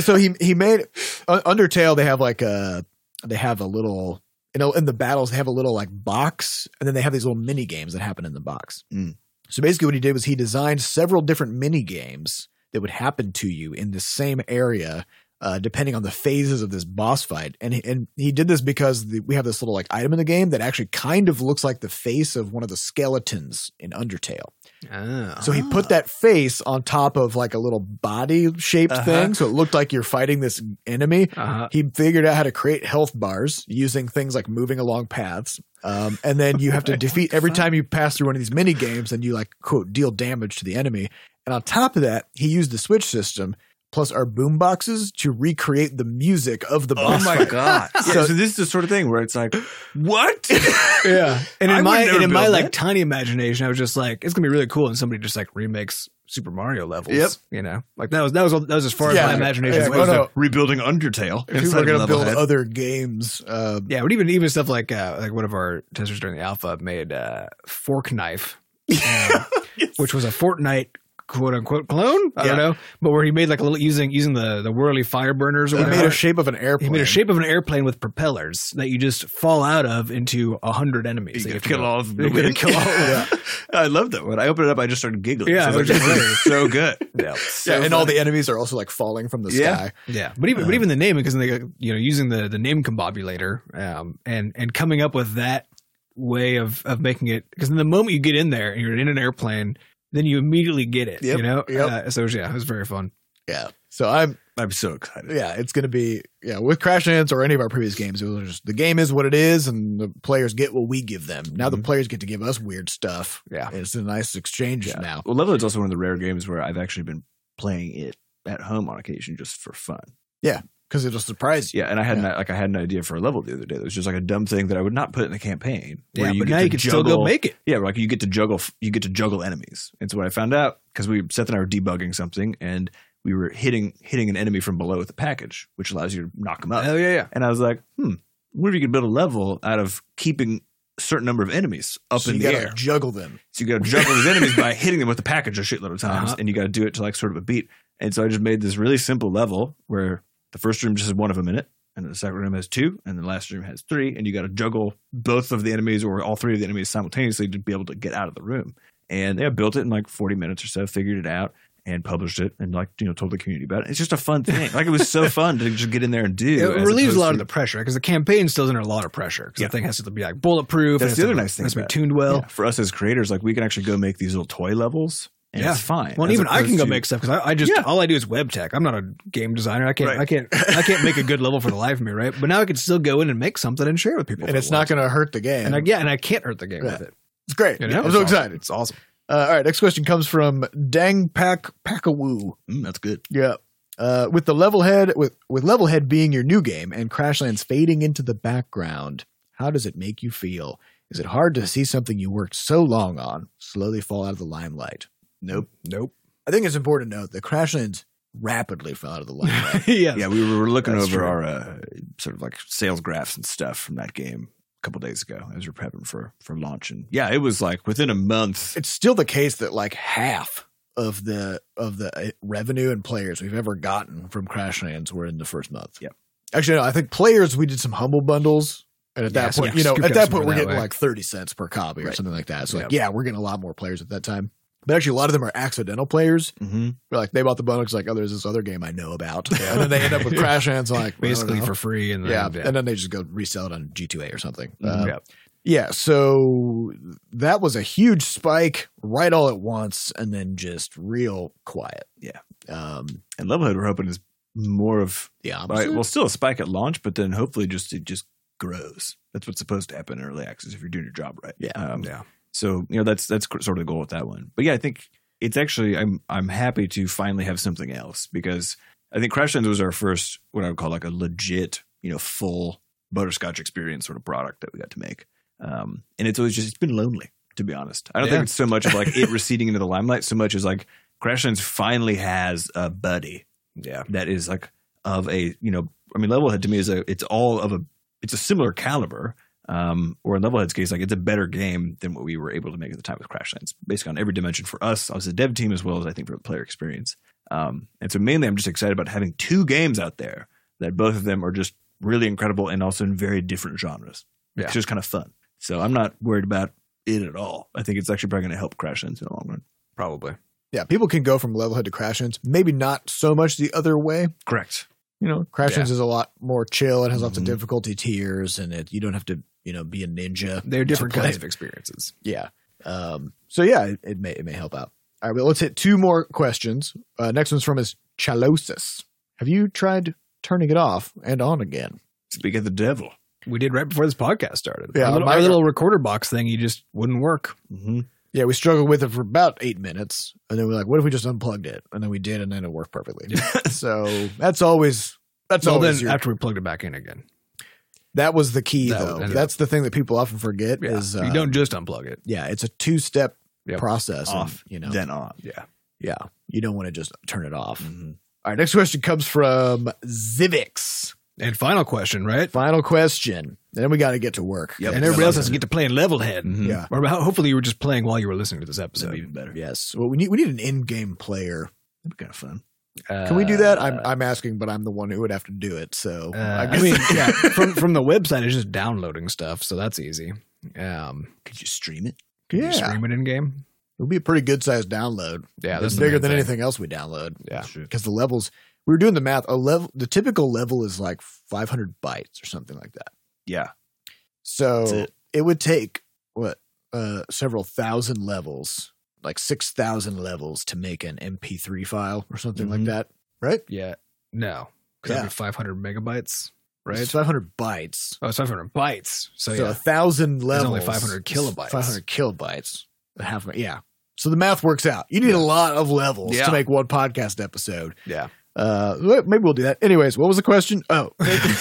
Speaker 3: *laughs* so he he made Un- Undertale. They have like a they have a little you know in the battles they have a little like box, and then they have these little mini games that happen in the box.
Speaker 1: Mm.
Speaker 3: So basically, what he did was he designed several different mini games that would happen to you in the same area. Uh, depending on the phases of this boss fight, and he, and he did this because the, we have this little like item in the game that actually kind of looks like the face of one of the skeletons in Undertale.
Speaker 2: Ah.
Speaker 3: So he put that face on top of like a little body shaped
Speaker 1: Uh-huh.
Speaker 3: thing. So it looked like you're fighting this enemy.
Speaker 2: Uh-huh.
Speaker 3: He figured out how to create health bars using things like moving along paths. Um, and then you have to defeat every time you pass through one of these mini games and you like, quote, deal damage to the enemy. And on top of that, he used the Switch system plus our boom boxes to recreate the music of
Speaker 1: Oh
Speaker 3: the boss fight.
Speaker 1: god! so,
Speaker 3: So-
Speaker 1: this is the sort of thing where it's like, *laughs* what?
Speaker 2: Yeah. And in
Speaker 1: I would
Speaker 2: my
Speaker 1: never
Speaker 2: and in my
Speaker 1: build
Speaker 2: like
Speaker 1: that.
Speaker 2: tiny imagination, I was just like, it's gonna be really cool, and somebody just like remakes Super Mario levels.
Speaker 1: Yep. Oh,
Speaker 2: You know, like that was that was that was as far
Speaker 3: Yeah.
Speaker 2: as my imagination
Speaker 3: Yeah,
Speaker 2: was.
Speaker 3: no, no.
Speaker 1: Rebuilding Undertale.
Speaker 3: People
Speaker 1: inside
Speaker 3: are going to
Speaker 1: of
Speaker 3: build
Speaker 1: Levelhead.
Speaker 3: other games. Uh,
Speaker 2: Yeah, but even even stuff like uh, like one of our testers during the alpha made uh, fork knife, um, which was a Fortnite quote unquote clone. I
Speaker 1: Yeah.
Speaker 2: don't know, but where he made like a little using using the the whirly fire burners. Or
Speaker 3: he
Speaker 2: whatever.
Speaker 3: made a shape of an airplane.
Speaker 2: He made a shape of an airplane with propellers that you just fall out of into a hundred enemies.
Speaker 1: You
Speaker 2: that have
Speaker 1: could
Speaker 2: to
Speaker 1: kill
Speaker 2: go-
Speaker 1: all of them.
Speaker 2: You could kill all of
Speaker 1: Yeah. *laughs*
Speaker 2: them.
Speaker 1: I love that one. I opened it up. I just started giggling.
Speaker 2: Yeah,
Speaker 1: I was
Speaker 2: it
Speaker 1: like,
Speaker 2: was
Speaker 1: this is *laughs* so good.
Speaker 2: Yeah,
Speaker 3: yeah,
Speaker 1: So
Speaker 3: and all the enemies are also like falling from the
Speaker 1: Yeah. Uh,
Speaker 3: sky.
Speaker 2: Yeah, but even but even the name because they got, you know using the the name combobulator um, and and coming up with that way of of making it because the moment you get in there and you're in an airplane, then you immediately get it.
Speaker 1: Yep,
Speaker 2: you know,
Speaker 3: yep.
Speaker 2: uh, so yeah, it was very fun.
Speaker 3: Yeah. So I'm
Speaker 1: I'm so excited.
Speaker 3: yeah, it's going to be yeah with Crash Lands or any of our previous games. It was just the game is what it is, and the players get what we give them. Now the
Speaker 2: Mhm.
Speaker 3: players get to give us weird stuff.
Speaker 2: Yeah.
Speaker 3: It's a nice exchange
Speaker 1: Yeah.
Speaker 3: now.
Speaker 1: Well, Levelhead's also one of the rare games where I've actually been playing it at home on occasion just for fun.
Speaker 3: because it'll surprise you.
Speaker 1: Yeah, and I had an, like I had an idea for a level the other day that was just like a dumb thing that I would not put in the campaign.
Speaker 2: Yeah, but
Speaker 1: get
Speaker 2: now
Speaker 1: to
Speaker 2: you can still go
Speaker 1: juggle-
Speaker 2: make it.
Speaker 1: Yeah, like you get to juggle. You get to juggle enemies. It's what I found out because we Seth and I were debugging something and we were hitting hitting an enemy from below with a package, which allows you to knock them out.
Speaker 2: Oh yeah, yeah.
Speaker 1: And I was like, hmm, what if you could build a level out of keeping a certain number of enemies up
Speaker 3: So
Speaker 1: in
Speaker 3: you
Speaker 1: the
Speaker 3: gotta
Speaker 1: air?
Speaker 3: juggle them.
Speaker 1: So you got to juggle those
Speaker 2: *laughs*
Speaker 1: enemies by hitting them with a package a shitload of times,
Speaker 2: Uh-huh.
Speaker 1: and you got to do it to like sort of a beat. And so I just made this really simple level where the first room just has one of them in it, and the second room has two, and the last room has three, and you got to juggle both of the enemies or all three of the enemies simultaneously to be able to get out of the room. And yeah, built it in like 40 minutes or so, figured it out, and published it, and like you know told the community about it. It's just a fun thing. Like it was
Speaker 2: *laughs*
Speaker 1: so fun to just get in there and do.
Speaker 2: It
Speaker 1: as
Speaker 2: relieves a
Speaker 1: opposed
Speaker 2: lot of
Speaker 1: to-
Speaker 2: the pressure because the campaign still under a lot of pressure because
Speaker 1: Yeah.
Speaker 2: the thing has to be like bulletproof. it
Speaker 1: That's
Speaker 2: has
Speaker 1: the
Speaker 2: to
Speaker 1: other
Speaker 2: be-
Speaker 1: nice thing
Speaker 2: Has to be
Speaker 1: about it.
Speaker 2: tuned well.
Speaker 1: Yeah, for us as creators, like we can actually go make these little toy levels, and
Speaker 2: Yeah.
Speaker 1: it's fine.
Speaker 2: Well, and
Speaker 1: As
Speaker 2: even I can
Speaker 1: opposed
Speaker 2: go
Speaker 1: to-
Speaker 2: make stuff because I, I just
Speaker 1: Yeah.
Speaker 2: all I do is web tech. I'm not a game designer. I can't.
Speaker 1: Right.
Speaker 2: I can't. I can't make a good level for the life of me, right? But now I can still go in and make something and share with people.
Speaker 3: And
Speaker 2: if
Speaker 3: it's
Speaker 2: I want.
Speaker 3: not going to hurt the game.
Speaker 2: And I, yeah, and I can't hurt the game
Speaker 3: Yeah.
Speaker 2: with it.
Speaker 3: it's great.
Speaker 2: You know?
Speaker 3: I'm so
Speaker 2: It's awesome.
Speaker 3: excited.
Speaker 2: It's awesome.
Speaker 3: Uh, all right, next question comes from Dang Pak Pakawoo.
Speaker 1: Mm, that's good.
Speaker 3: Yeah. Uh, with the level head with with level head being your new game and Crashlands fading into the background, how does it make you feel? Is it hard to see something you worked so long on slowly fall out of the limelight? Nope.
Speaker 2: Nope.
Speaker 3: I think it's important to note that Crashlands rapidly fell out of the
Speaker 2: *laughs*
Speaker 3: limelight.
Speaker 2: yeah.
Speaker 1: Yeah, we were looking
Speaker 2: That's
Speaker 1: over
Speaker 2: true.
Speaker 1: our uh, sort of like sales graphs and stuff from that game a couple days ago as we are prepping for for launch. And yeah, it was like within a month.
Speaker 3: it's still the case that like half of the of the uh, revenue and players we've ever gotten from Crashlands were in the first month.
Speaker 1: Yep.
Speaker 3: Actually, no, I think players we did some humble bundles. And at
Speaker 2: Yeah,
Speaker 3: that
Speaker 2: so
Speaker 3: point,
Speaker 2: we
Speaker 3: you know,
Speaker 2: scooped
Speaker 3: at
Speaker 2: up
Speaker 3: that
Speaker 2: some
Speaker 3: point,
Speaker 2: more
Speaker 3: we're
Speaker 2: that
Speaker 3: getting
Speaker 2: way.
Speaker 3: like 30 cents per copy or
Speaker 1: Right.
Speaker 3: something like that. So, like,
Speaker 2: Yep.
Speaker 3: yeah, we're getting a lot more players at that time. But actually, a lot of them are accidental players.
Speaker 1: Mm-hmm.
Speaker 3: Like, they bought the bundle because, like, oh, there's this other game I know about. And then they end
Speaker 2: *laughs*
Speaker 3: up with Crashlands, like, I don't
Speaker 2: Basically
Speaker 3: know.
Speaker 2: for free, and then,
Speaker 3: *laughs* yeah.
Speaker 2: yeah, Mm-hmm.
Speaker 3: And then they just go resell it on G2A or something.
Speaker 1: Mhm.
Speaker 3: Uh,
Speaker 2: Yep.
Speaker 3: yeah, so that was a huge spike right all at once and then just real quiet.
Speaker 1: Yeah.
Speaker 3: Um
Speaker 1: And Levelhead, we're hoping is more of
Speaker 3: the
Speaker 1: right,
Speaker 3: opposite.
Speaker 1: well, still a spike at launch, but then hopefully just it just grows. That's what's supposed to happen in early access if you're doing your job right.
Speaker 3: Yeah.
Speaker 1: Um,
Speaker 2: yeah.
Speaker 1: So you know that's that's cr- sort of the goal with that one. But yeah, I think it's actually I'm I'm happy to finally have something else because I think Crash Lands was our first, what I would call like a legit, you know, full butterscotch experience sort of product that we got to make. Um, and it's always just, it's been lonely, to be honest. I don't
Speaker 3: Yeah.
Speaker 1: think it's so much of like it receding into the limelight so much as like Crashlands finally has a buddy
Speaker 2: Yeah.
Speaker 1: that is like of a, you know, I mean, Levelhead to me is a, it's all of a, it's a similar caliber. Um, or in Levelhead's case, like it's a better game than what we were able to make at the time with Crashlands, basically on every dimension for us, as a dev team, as well as I think for the player experience. Um, and so mainly I'm just excited about having two games out there that both of them are just really incredible and also in very different genres.
Speaker 2: Yeah.
Speaker 1: It's just kind of fun. So I'm not worried about it at all. I think it's actually probably going to help Crashlands in the long run.
Speaker 2: Probably.
Speaker 3: Yeah, people can go from Levelhead to Crashlands. Maybe not so much the other way.
Speaker 1: Correct.
Speaker 3: You know, Crashlands
Speaker 2: Yeah.
Speaker 3: is a lot more chill. It has lots of
Speaker 1: Mhm.
Speaker 3: difficulty tiers, and it you don't have to you know be a ninja.
Speaker 2: They're different
Speaker 3: play.
Speaker 2: kinds of experiences.
Speaker 3: Yeah. Um, so yeah, it, it may it may help out. All right, well, let's hit two more questions. Uh, next one's from is Chalosis. Have you tried turning it off and on again?
Speaker 1: Speak of the devil.
Speaker 2: We did right before this podcast started.
Speaker 3: Yeah,
Speaker 2: Our little,
Speaker 3: my-
Speaker 2: our little recorder box thing, you just wouldn't work.
Speaker 1: hmm
Speaker 3: Yeah, we struggled with it for about eight minutes, and then we're like, "What if we just unplugged it?" And then we did, and then it
Speaker 2: *laughs*
Speaker 3: worked perfectly. so that's always that's
Speaker 2: well,
Speaker 3: always
Speaker 2: then
Speaker 3: your-
Speaker 2: after we plugged it back in again,
Speaker 3: that was the key
Speaker 2: That-
Speaker 3: though.
Speaker 2: that-
Speaker 3: That's the thing that people often forget
Speaker 2: Yeah.
Speaker 3: is uh,
Speaker 2: you don't just unplug it.
Speaker 3: yeah, it's a two step
Speaker 2: Yep.
Speaker 3: process. and,
Speaker 1: Off,
Speaker 3: you know,
Speaker 1: Then on.
Speaker 2: Yeah. Mm-hmm.
Speaker 3: yeah, you don't want to just turn it off.
Speaker 1: Mhm.
Speaker 3: All right, next question comes from Zivix.
Speaker 2: And final question, right?
Speaker 3: Final question, and then we got to get to work.
Speaker 1: Yep.
Speaker 2: And everybody else has to get to playing level head.
Speaker 1: Mhm.
Speaker 3: Yeah.
Speaker 2: Or about- hopefully you were just playing while you were listening to this
Speaker 1: That'd be
Speaker 2: episode.
Speaker 1: even better.
Speaker 3: Yes. Well, we need we need an in game player.
Speaker 1: That'd be kind of fun.
Speaker 2: Uh,
Speaker 3: Can we do that? I'm I'm asking, but I'm the one who would have to do it. So
Speaker 2: Uh,
Speaker 3: I
Speaker 2: I,
Speaker 3: guess
Speaker 2: mean, yeah, from from the website, it's just downloading stuff, so that's easy. Um,
Speaker 1: *laughs* Could you stream it?
Speaker 2: can
Speaker 3: *laughs* Yeah.
Speaker 2: you stream it in game?
Speaker 3: it would be a pretty good sized download.
Speaker 2: Yeah,
Speaker 3: it's
Speaker 2: that's the
Speaker 3: bigger
Speaker 2: main
Speaker 3: than
Speaker 2: thing.
Speaker 3: anything else we download.
Speaker 2: Yeah.
Speaker 1: Sure.
Speaker 3: because the levels we were doing the math. A level, the typical level is like 500 bytes or something like that.
Speaker 1: Yeah.
Speaker 3: So
Speaker 1: That's
Speaker 3: it.
Speaker 1: it.
Speaker 3: would take what uh several thousand levels, like six thousand levels, to make an MP3 file or something like
Speaker 1: Mhm.
Speaker 2: Mm-hmm.
Speaker 3: that, right?
Speaker 2: Yeah, no, because
Speaker 3: Yeah.
Speaker 2: that'd be 500 megabytes, right?
Speaker 3: It's 500 bytes.
Speaker 2: oh, it's 500 bytes. So,
Speaker 3: So,
Speaker 2: yeah,
Speaker 3: a thousand
Speaker 2: There's
Speaker 3: levels.
Speaker 2: only 500 kilobytes.
Speaker 3: 500 kilobytes. A Half. Yeah. So the math works out. You need
Speaker 2: Yeah.
Speaker 3: a lot of levels
Speaker 2: Yeah.
Speaker 3: to make one podcast episode.
Speaker 2: yeah.
Speaker 3: Uh, well, maybe we'll do that. Anyways, what was the question? Oh, *laughs*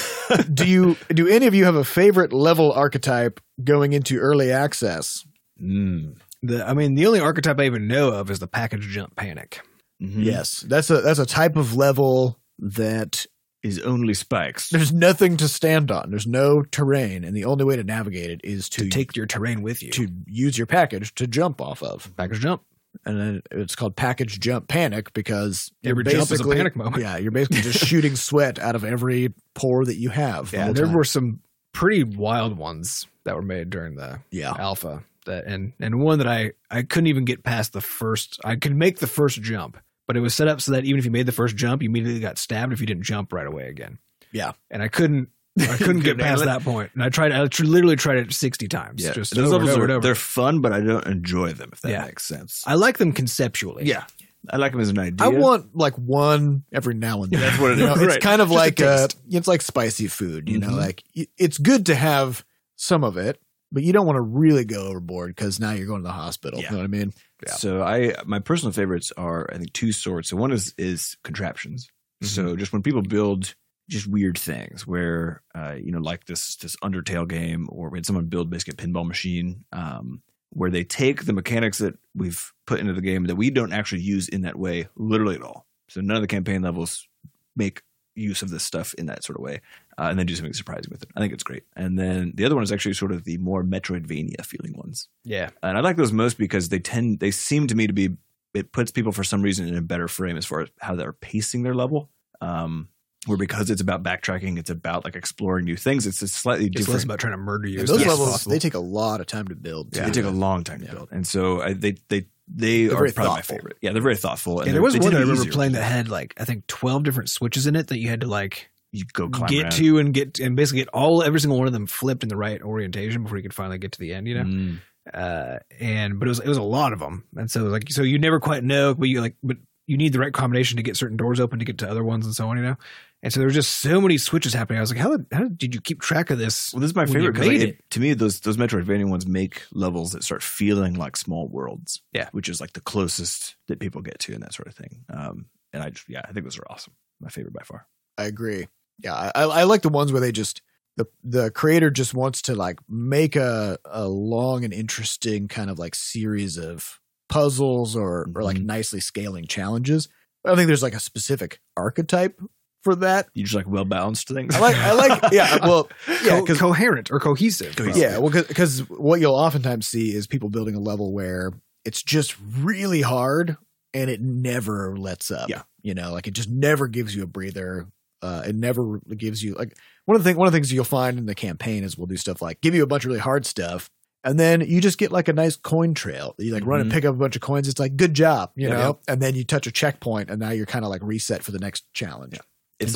Speaker 3: do you do any of you have a favorite level archetype going into early access?
Speaker 1: Mm.
Speaker 2: *laughs* The I mean, the only archetype I even know of is the package jump panic. Mm-hmm.
Speaker 1: Mhm.
Speaker 3: Yes, that's a that's a type of level that
Speaker 1: Is only spikes.
Speaker 3: there's nothing to stand on. There's no terrain, and the only way to navigate it is to
Speaker 2: To take your terrain with you.
Speaker 3: to use your package to jump off of,
Speaker 2: package jump.
Speaker 3: and then it's called package jump panic because you're
Speaker 2: Every jump is a
Speaker 3: basically-
Speaker 2: panic moment.
Speaker 3: Yeah, you're
Speaker 2: *laughs*
Speaker 3: basically just shooting sweat out of every pore that you have. the
Speaker 2: Yeah,
Speaker 3: whole
Speaker 2: there
Speaker 3: time.
Speaker 2: were some pretty wild ones that were made during the
Speaker 3: yeah.
Speaker 2: alpha that and and one that I I couldn't even get past the first I could make the first jump, but it was set up so that even if you made the first jump, you immediately got stabbed if you didn't jump right away again.
Speaker 3: Yeah.
Speaker 2: And I
Speaker 1: *laughs*
Speaker 2: couldn't I couldn't get
Speaker 1: Couldn't
Speaker 2: past
Speaker 1: handle
Speaker 2: that point. And I tried I tr- literally tried it 60 times
Speaker 1: Yeah.
Speaker 2: just
Speaker 1: Those
Speaker 2: over and
Speaker 1: levels
Speaker 2: over and
Speaker 1: are,
Speaker 2: over.
Speaker 1: they're fun, but I don't enjoy them. If that
Speaker 2: Yeah.
Speaker 1: makes sense.
Speaker 2: I like them conceptually.
Speaker 1: yeah, I like them as an idea.
Speaker 3: I want like one every now and then.
Speaker 1: That's what it
Speaker 3: You know,
Speaker 1: is.
Speaker 3: It's
Speaker 1: Right.
Speaker 3: kind of
Speaker 2: Just a
Speaker 3: like uh,
Speaker 2: taste.
Speaker 3: it's like spicy food. You know,
Speaker 1: Mhm.
Speaker 3: like y- it's good to have some of it, but you don't want to really go overboard because now you're going to the hospital.
Speaker 1: Yeah.
Speaker 3: You know what I mean? Yeah.
Speaker 1: So I my personal favorites are I think two sorts. So one is is contraptions.
Speaker 2: Mhm.
Speaker 1: So just when people build just weird things where uh, you know like this this Undertale game or we had someone build basically a pinball machine um, where they take the mechanics that we've put into the game that we don't actually use in that way literally at all. So none of the campaign levels make use of this stuff in that sort of way uh, and then do something surprising with it. I think it's great. And then the other one is actually sort of the more Metroidvania feeling ones
Speaker 2: Yeah.
Speaker 1: and I like those most because they tend they seem to me to be it puts people for some reason in a better frame as far as how they're pacing their level. Um, where because it's about backtracking, it's about like exploring new things. It's a slightly
Speaker 2: It's less
Speaker 1: different.
Speaker 2: about trying to murder you.
Speaker 3: And
Speaker 2: as
Speaker 3: those
Speaker 2: much as
Speaker 3: levels
Speaker 2: possible.
Speaker 3: they take a lot of time to build.
Speaker 1: They
Speaker 3: too.
Speaker 1: take a long time to
Speaker 3: Yeah.
Speaker 1: build, and so I, they they they
Speaker 3: They're
Speaker 1: are
Speaker 3: very
Speaker 1: probably my
Speaker 3: thoughtful.
Speaker 1: favorite. Yeah, they're very thoughtful.
Speaker 2: yeah,
Speaker 1: they're-
Speaker 2: there was
Speaker 1: they
Speaker 2: one
Speaker 1: tend
Speaker 2: I
Speaker 1: to be
Speaker 2: remember
Speaker 1: easier.
Speaker 2: playing that had like I think twelve different switches in it that you had to like
Speaker 1: You go Oh, climb
Speaker 2: get
Speaker 1: around.
Speaker 2: to and get and basically get all every single one of them flipped in the right orientation before you could finally get to the end, you know.
Speaker 1: Mm.
Speaker 2: Uh, and but it was it was a lot of them, and so like so you never quite know, but you like but you need the right combination to get certain doors open to get to other ones and so on, you know. And so there were just so many switches happening. I was like, how did, how did you keep track of this?
Speaker 1: Well, this is my
Speaker 2: When you
Speaker 1: favorite because
Speaker 2: made
Speaker 1: like, it- to me those those Metroidvania ones make levels that start feeling like small worlds.
Speaker 2: Yeah.
Speaker 1: which is like the closest that people get to and that sort of thing. Um, and I just yeah, I think those are awesome. my favorite by far.
Speaker 3: I agree. Yeah, I, I I like the ones where they just the the creator just wants to like make a a long and interesting kind of like series of puzzles or or like
Speaker 1: Mhm.
Speaker 3: nicely scaling challenges. I don't think there's like a specific archetype for that.
Speaker 1: You just like well balanced things.
Speaker 3: I like I
Speaker 1: *laughs*
Speaker 3: like yeah well yeah
Speaker 2: Co-
Speaker 3: 'cause-
Speaker 2: coherent or cohesive.
Speaker 1: Cohesive.
Speaker 2: probably.
Speaker 3: yeah well because what you'll oftentimes see is people building a level where it's just really hard and it never lets up
Speaker 1: Yeah.
Speaker 3: you know like it just never gives you a breather uh, it never gives you like one of the thing one of the things you'll find in the campaign is we'll do stuff like give you a bunch of really hard stuff and then you just get like a nice coin trail you like run and
Speaker 1: Mhm.
Speaker 3: pick up a bunch of coins it's like good job you
Speaker 1: Yeah.
Speaker 3: know and then you touch a checkpoint and now you're kind of like reset for the next challenge
Speaker 1: Yeah. It's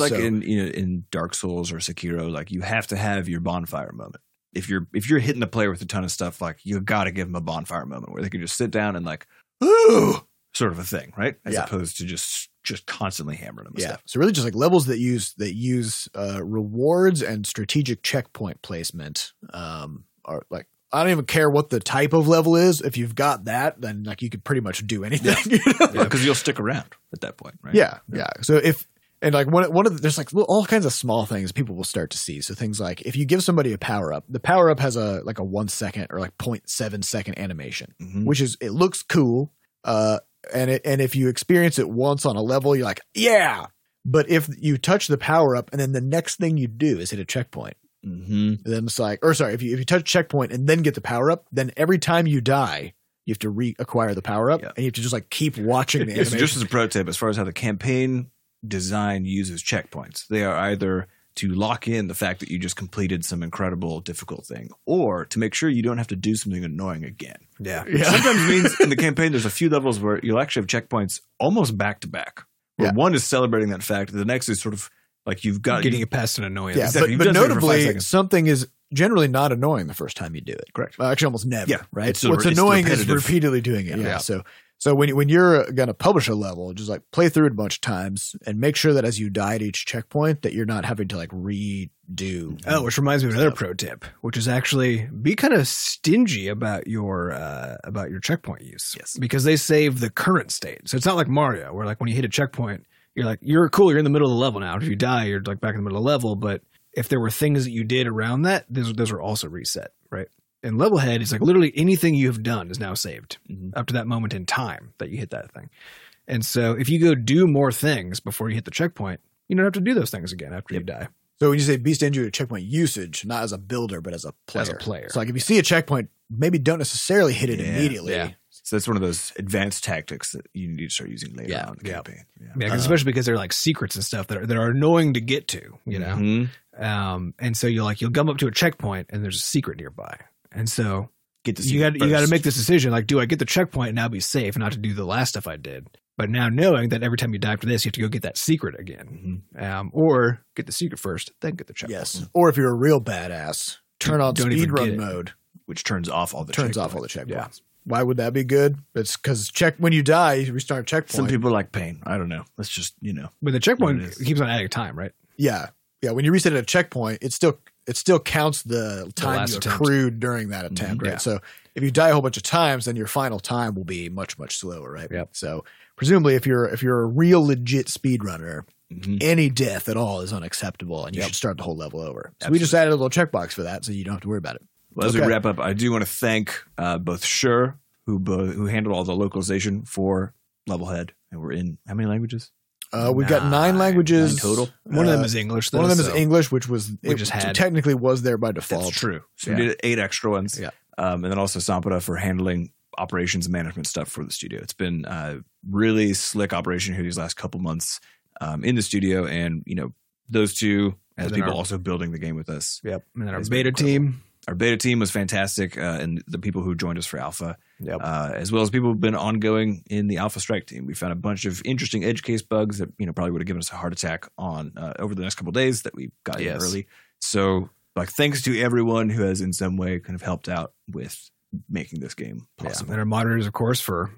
Speaker 3: And
Speaker 1: like
Speaker 3: so-
Speaker 1: in you know in Dark Souls or Sekiro, like you have to have your bonfire moment. If you're if you're hitting the player with a ton of stuff, like you got to give them a bonfire moment where they can just sit down and like ooh sort of a thing, right? As
Speaker 3: Yeah.
Speaker 1: opposed to just just constantly hammering them. with
Speaker 3: yeah
Speaker 1: Stuff.
Speaker 3: so really just like levels that use that use uh rewards and strategic checkpoint placement um are like i don't even care what the type of level is if you've got that then like you could pretty much do anything *laughs* you know?
Speaker 1: Yeah, because you'll stick around at that point, right?
Speaker 3: yeah yeah so if and like one, one of the, there's like little- all kinds of small things people will start to see so things like if you give somebody a power up the power up has a like a one second or like 0.7 second animation
Speaker 1: Mhm.
Speaker 3: which is it looks cool. Uh, and it, and if you experience it once on a level, you're like, yeah. But if you touch the power up and then the next thing you do is hit a checkpoint,
Speaker 1: Mhm.
Speaker 3: then it's like, or sorry, if you if you touch checkpoint and then get the power up, then every time you die, you have to reacquire the power up,
Speaker 1: Yeah.
Speaker 3: and you have to just like keep watching the
Speaker 1: *laughs* Yeah, so
Speaker 3: animation.
Speaker 1: just as a pro tip, as far as how the campaign design uses checkpoints, they are either to lock in the fact that you just completed some incredible difficult thing, or to make sure you don't have to do something annoying again.
Speaker 2: Yeah.
Speaker 3: yeah.
Speaker 1: *laughs* Sometimes means in the campaign there's a few levels where you'll actually have checkpoints almost back to back. Where
Speaker 3: Yeah.
Speaker 1: one is celebrating that fact, the next is sort of like you've got
Speaker 2: Getting it past an annoyance.
Speaker 3: yeah,
Speaker 1: exactly. You've
Speaker 3: but, but
Speaker 1: done something for five
Speaker 3: notably,
Speaker 1: seconds.
Speaker 3: something is generally not annoying the first time you do it.
Speaker 1: correct.
Speaker 3: Well, actually, almost never.
Speaker 1: Yeah,
Speaker 3: right.
Speaker 1: it's still-
Speaker 3: What's
Speaker 1: it's
Speaker 3: annoying is
Speaker 1: repetitive.
Speaker 3: repeatedly doing it. Yeah.
Speaker 1: Yeah.
Speaker 3: So so when when you're going to publish a level, just like play through it a bunch of times and make sure that as you die at each checkpoint, that you're not having to like redo.
Speaker 2: Oh, which reminds me of another pro tip, which is actually be kind of stingy about your uh, about your checkpoint use.
Speaker 1: Yes.
Speaker 2: because they save the current state. So it's not like Mario, where like when you hit a checkpoint, you're like you're cool, you're in the middle of the level now. If you die, you're like back in the middle of the level. But if there were things that you did around that, those those are also reset, right? And level head is like literally anything you have done is now saved
Speaker 1: Mhm.
Speaker 2: up to that moment in time that you hit that thing. And so if you go do more things before you hit the checkpoint, you don't have to do those things again after you
Speaker 1: Yep.
Speaker 2: die.
Speaker 3: So when you say beast injury at checkpoint usage, not as a builder, but as a player.
Speaker 2: As a player.
Speaker 3: So like if you see a checkpoint, maybe don't necessarily hit it
Speaker 1: Yeah,
Speaker 3: immediately.
Speaker 2: yeah.
Speaker 1: So that's one of those advanced tactics that you need to start using later
Speaker 2: Yeah,
Speaker 1: on in the
Speaker 2: yeah.
Speaker 1: campaign. Yeah.
Speaker 2: Yeah, 'cause
Speaker 3: Uh,
Speaker 2: especially because they're like secrets and stuff that are, that are annoying to get to, you know.
Speaker 1: Mhm.
Speaker 3: Mm-hmm.
Speaker 2: Um, and so you're like you'll come up to a checkpoint and there's a secret nearby, and so
Speaker 1: Get to
Speaker 2: you got you got to
Speaker 1: first.
Speaker 2: make this decision like, do I get the checkpoint and now be safe and not to do the last stuff I did? But now knowing that every time you dive to this, you have to go get that secret again,
Speaker 1: Mhm.
Speaker 2: um, or get the secret first, then get the checkpoint.
Speaker 3: Yes. Or if you're a real badass, turn on
Speaker 2: Don't even get
Speaker 3: speedrun
Speaker 2: it.
Speaker 3: mode.
Speaker 1: which turns off all the
Speaker 3: Turns off
Speaker 1: checkpoints.
Speaker 3: all the checkpoints.
Speaker 2: Yeah.
Speaker 3: Why would that be good? It's because check when you die, you restart a checkpoint.
Speaker 1: Some people like pain. I don't know. Let's just you know.
Speaker 2: But the
Speaker 1: There it
Speaker 2: checkpoint
Speaker 1: is.
Speaker 2: keeps on adding time, right?
Speaker 3: Yeah, yeah. When you reset at a checkpoint, it still it still counts the time
Speaker 2: last
Speaker 3: you
Speaker 2: attempt.
Speaker 3: accrued during that attempt,
Speaker 2: Mhm.
Speaker 3: right?
Speaker 2: Yeah.
Speaker 3: So if you die a whole bunch of times, then your final time will be much much slower, right?
Speaker 2: Yep.
Speaker 3: So presumably, if you're if you're a real legit speedrunner,
Speaker 1: Mhm.
Speaker 3: any death at all is unacceptable, and you
Speaker 1: Yep.
Speaker 3: should start the whole level over. So we just added a little checkbox for that, so you don't have to worry about it.
Speaker 1: Well, as
Speaker 3: Okay.
Speaker 1: we wrap up, I do want to thank uh, both Sure, who bo- who handled all the localization for Levelhead, and we're in how many languages?
Speaker 3: Uh, we've got nine
Speaker 2: Nine.
Speaker 3: languages
Speaker 1: Nine total?
Speaker 2: One of
Speaker 3: Uh,
Speaker 2: them is English. Though,
Speaker 3: One of them
Speaker 2: so-
Speaker 3: is English, which was it
Speaker 2: just had-
Speaker 3: technically was there by default.
Speaker 1: That's true. So
Speaker 2: Yeah.
Speaker 1: we did eight extra ones.
Speaker 3: Yeah.
Speaker 1: Um, and then also Sampada for handling operations and management stuff for the studio. It's been a really slick operation here these last couple months um, in the studio. And, you know, those two as
Speaker 2: And then
Speaker 1: people
Speaker 2: our-
Speaker 1: also building the game with us.
Speaker 2: Yep. And then our
Speaker 1: It's
Speaker 2: beta
Speaker 1: incredible.
Speaker 2: team.
Speaker 1: Our beta team was fantastic. Uh, and the people who joined us for Alpha,
Speaker 2: Yep.
Speaker 1: uh, as well as people who've been ongoing in the Alpha Strike team. We found a bunch of interesting edge case bugs that you know probably would have given us a heart attack on uh, over the next couple of days that we got in
Speaker 2: Yes.
Speaker 1: early. So like thanks to everyone who has in some way kind of helped out with making this game
Speaker 2: Yeah.
Speaker 1: possible.
Speaker 2: And our moderators, of course, for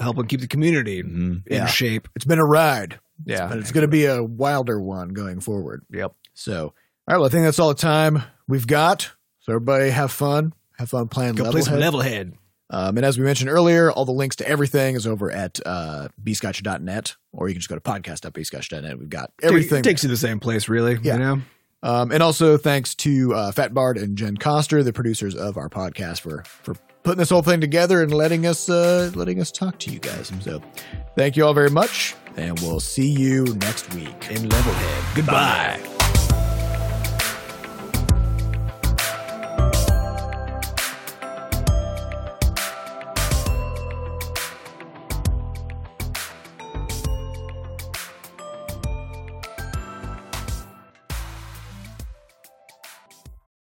Speaker 2: helping keep the community
Speaker 1: Mhm.
Speaker 3: Mm. Yeah.
Speaker 2: in shape.
Speaker 3: It's been a ride.
Speaker 2: Yeah.
Speaker 3: but it's going to be a wilder one going forward.
Speaker 2: Yep.
Speaker 3: So, all right. Well, I think that's all the time we've got. So, everybody have fun. Have fun playing
Speaker 2: Go play some
Speaker 3: Levelhead.
Speaker 2: Levelhead.
Speaker 3: Um, and as we mentioned earlier, all the links to everything is over at uh, bscotch.net or you can just go to podcast.basecatch.net. We've got
Speaker 2: It
Speaker 3: everything.
Speaker 2: takes you to the same place, really.
Speaker 3: Yeah.
Speaker 2: You know?
Speaker 3: Um, and also thanks to uh, Fat Bard and Jen Coster, the producers of our podcast, for for putting this whole thing together and letting us uh, letting us talk to you guys. So thank you all very much, and we'll see you next week.
Speaker 2: In Levelhead. Goodbye.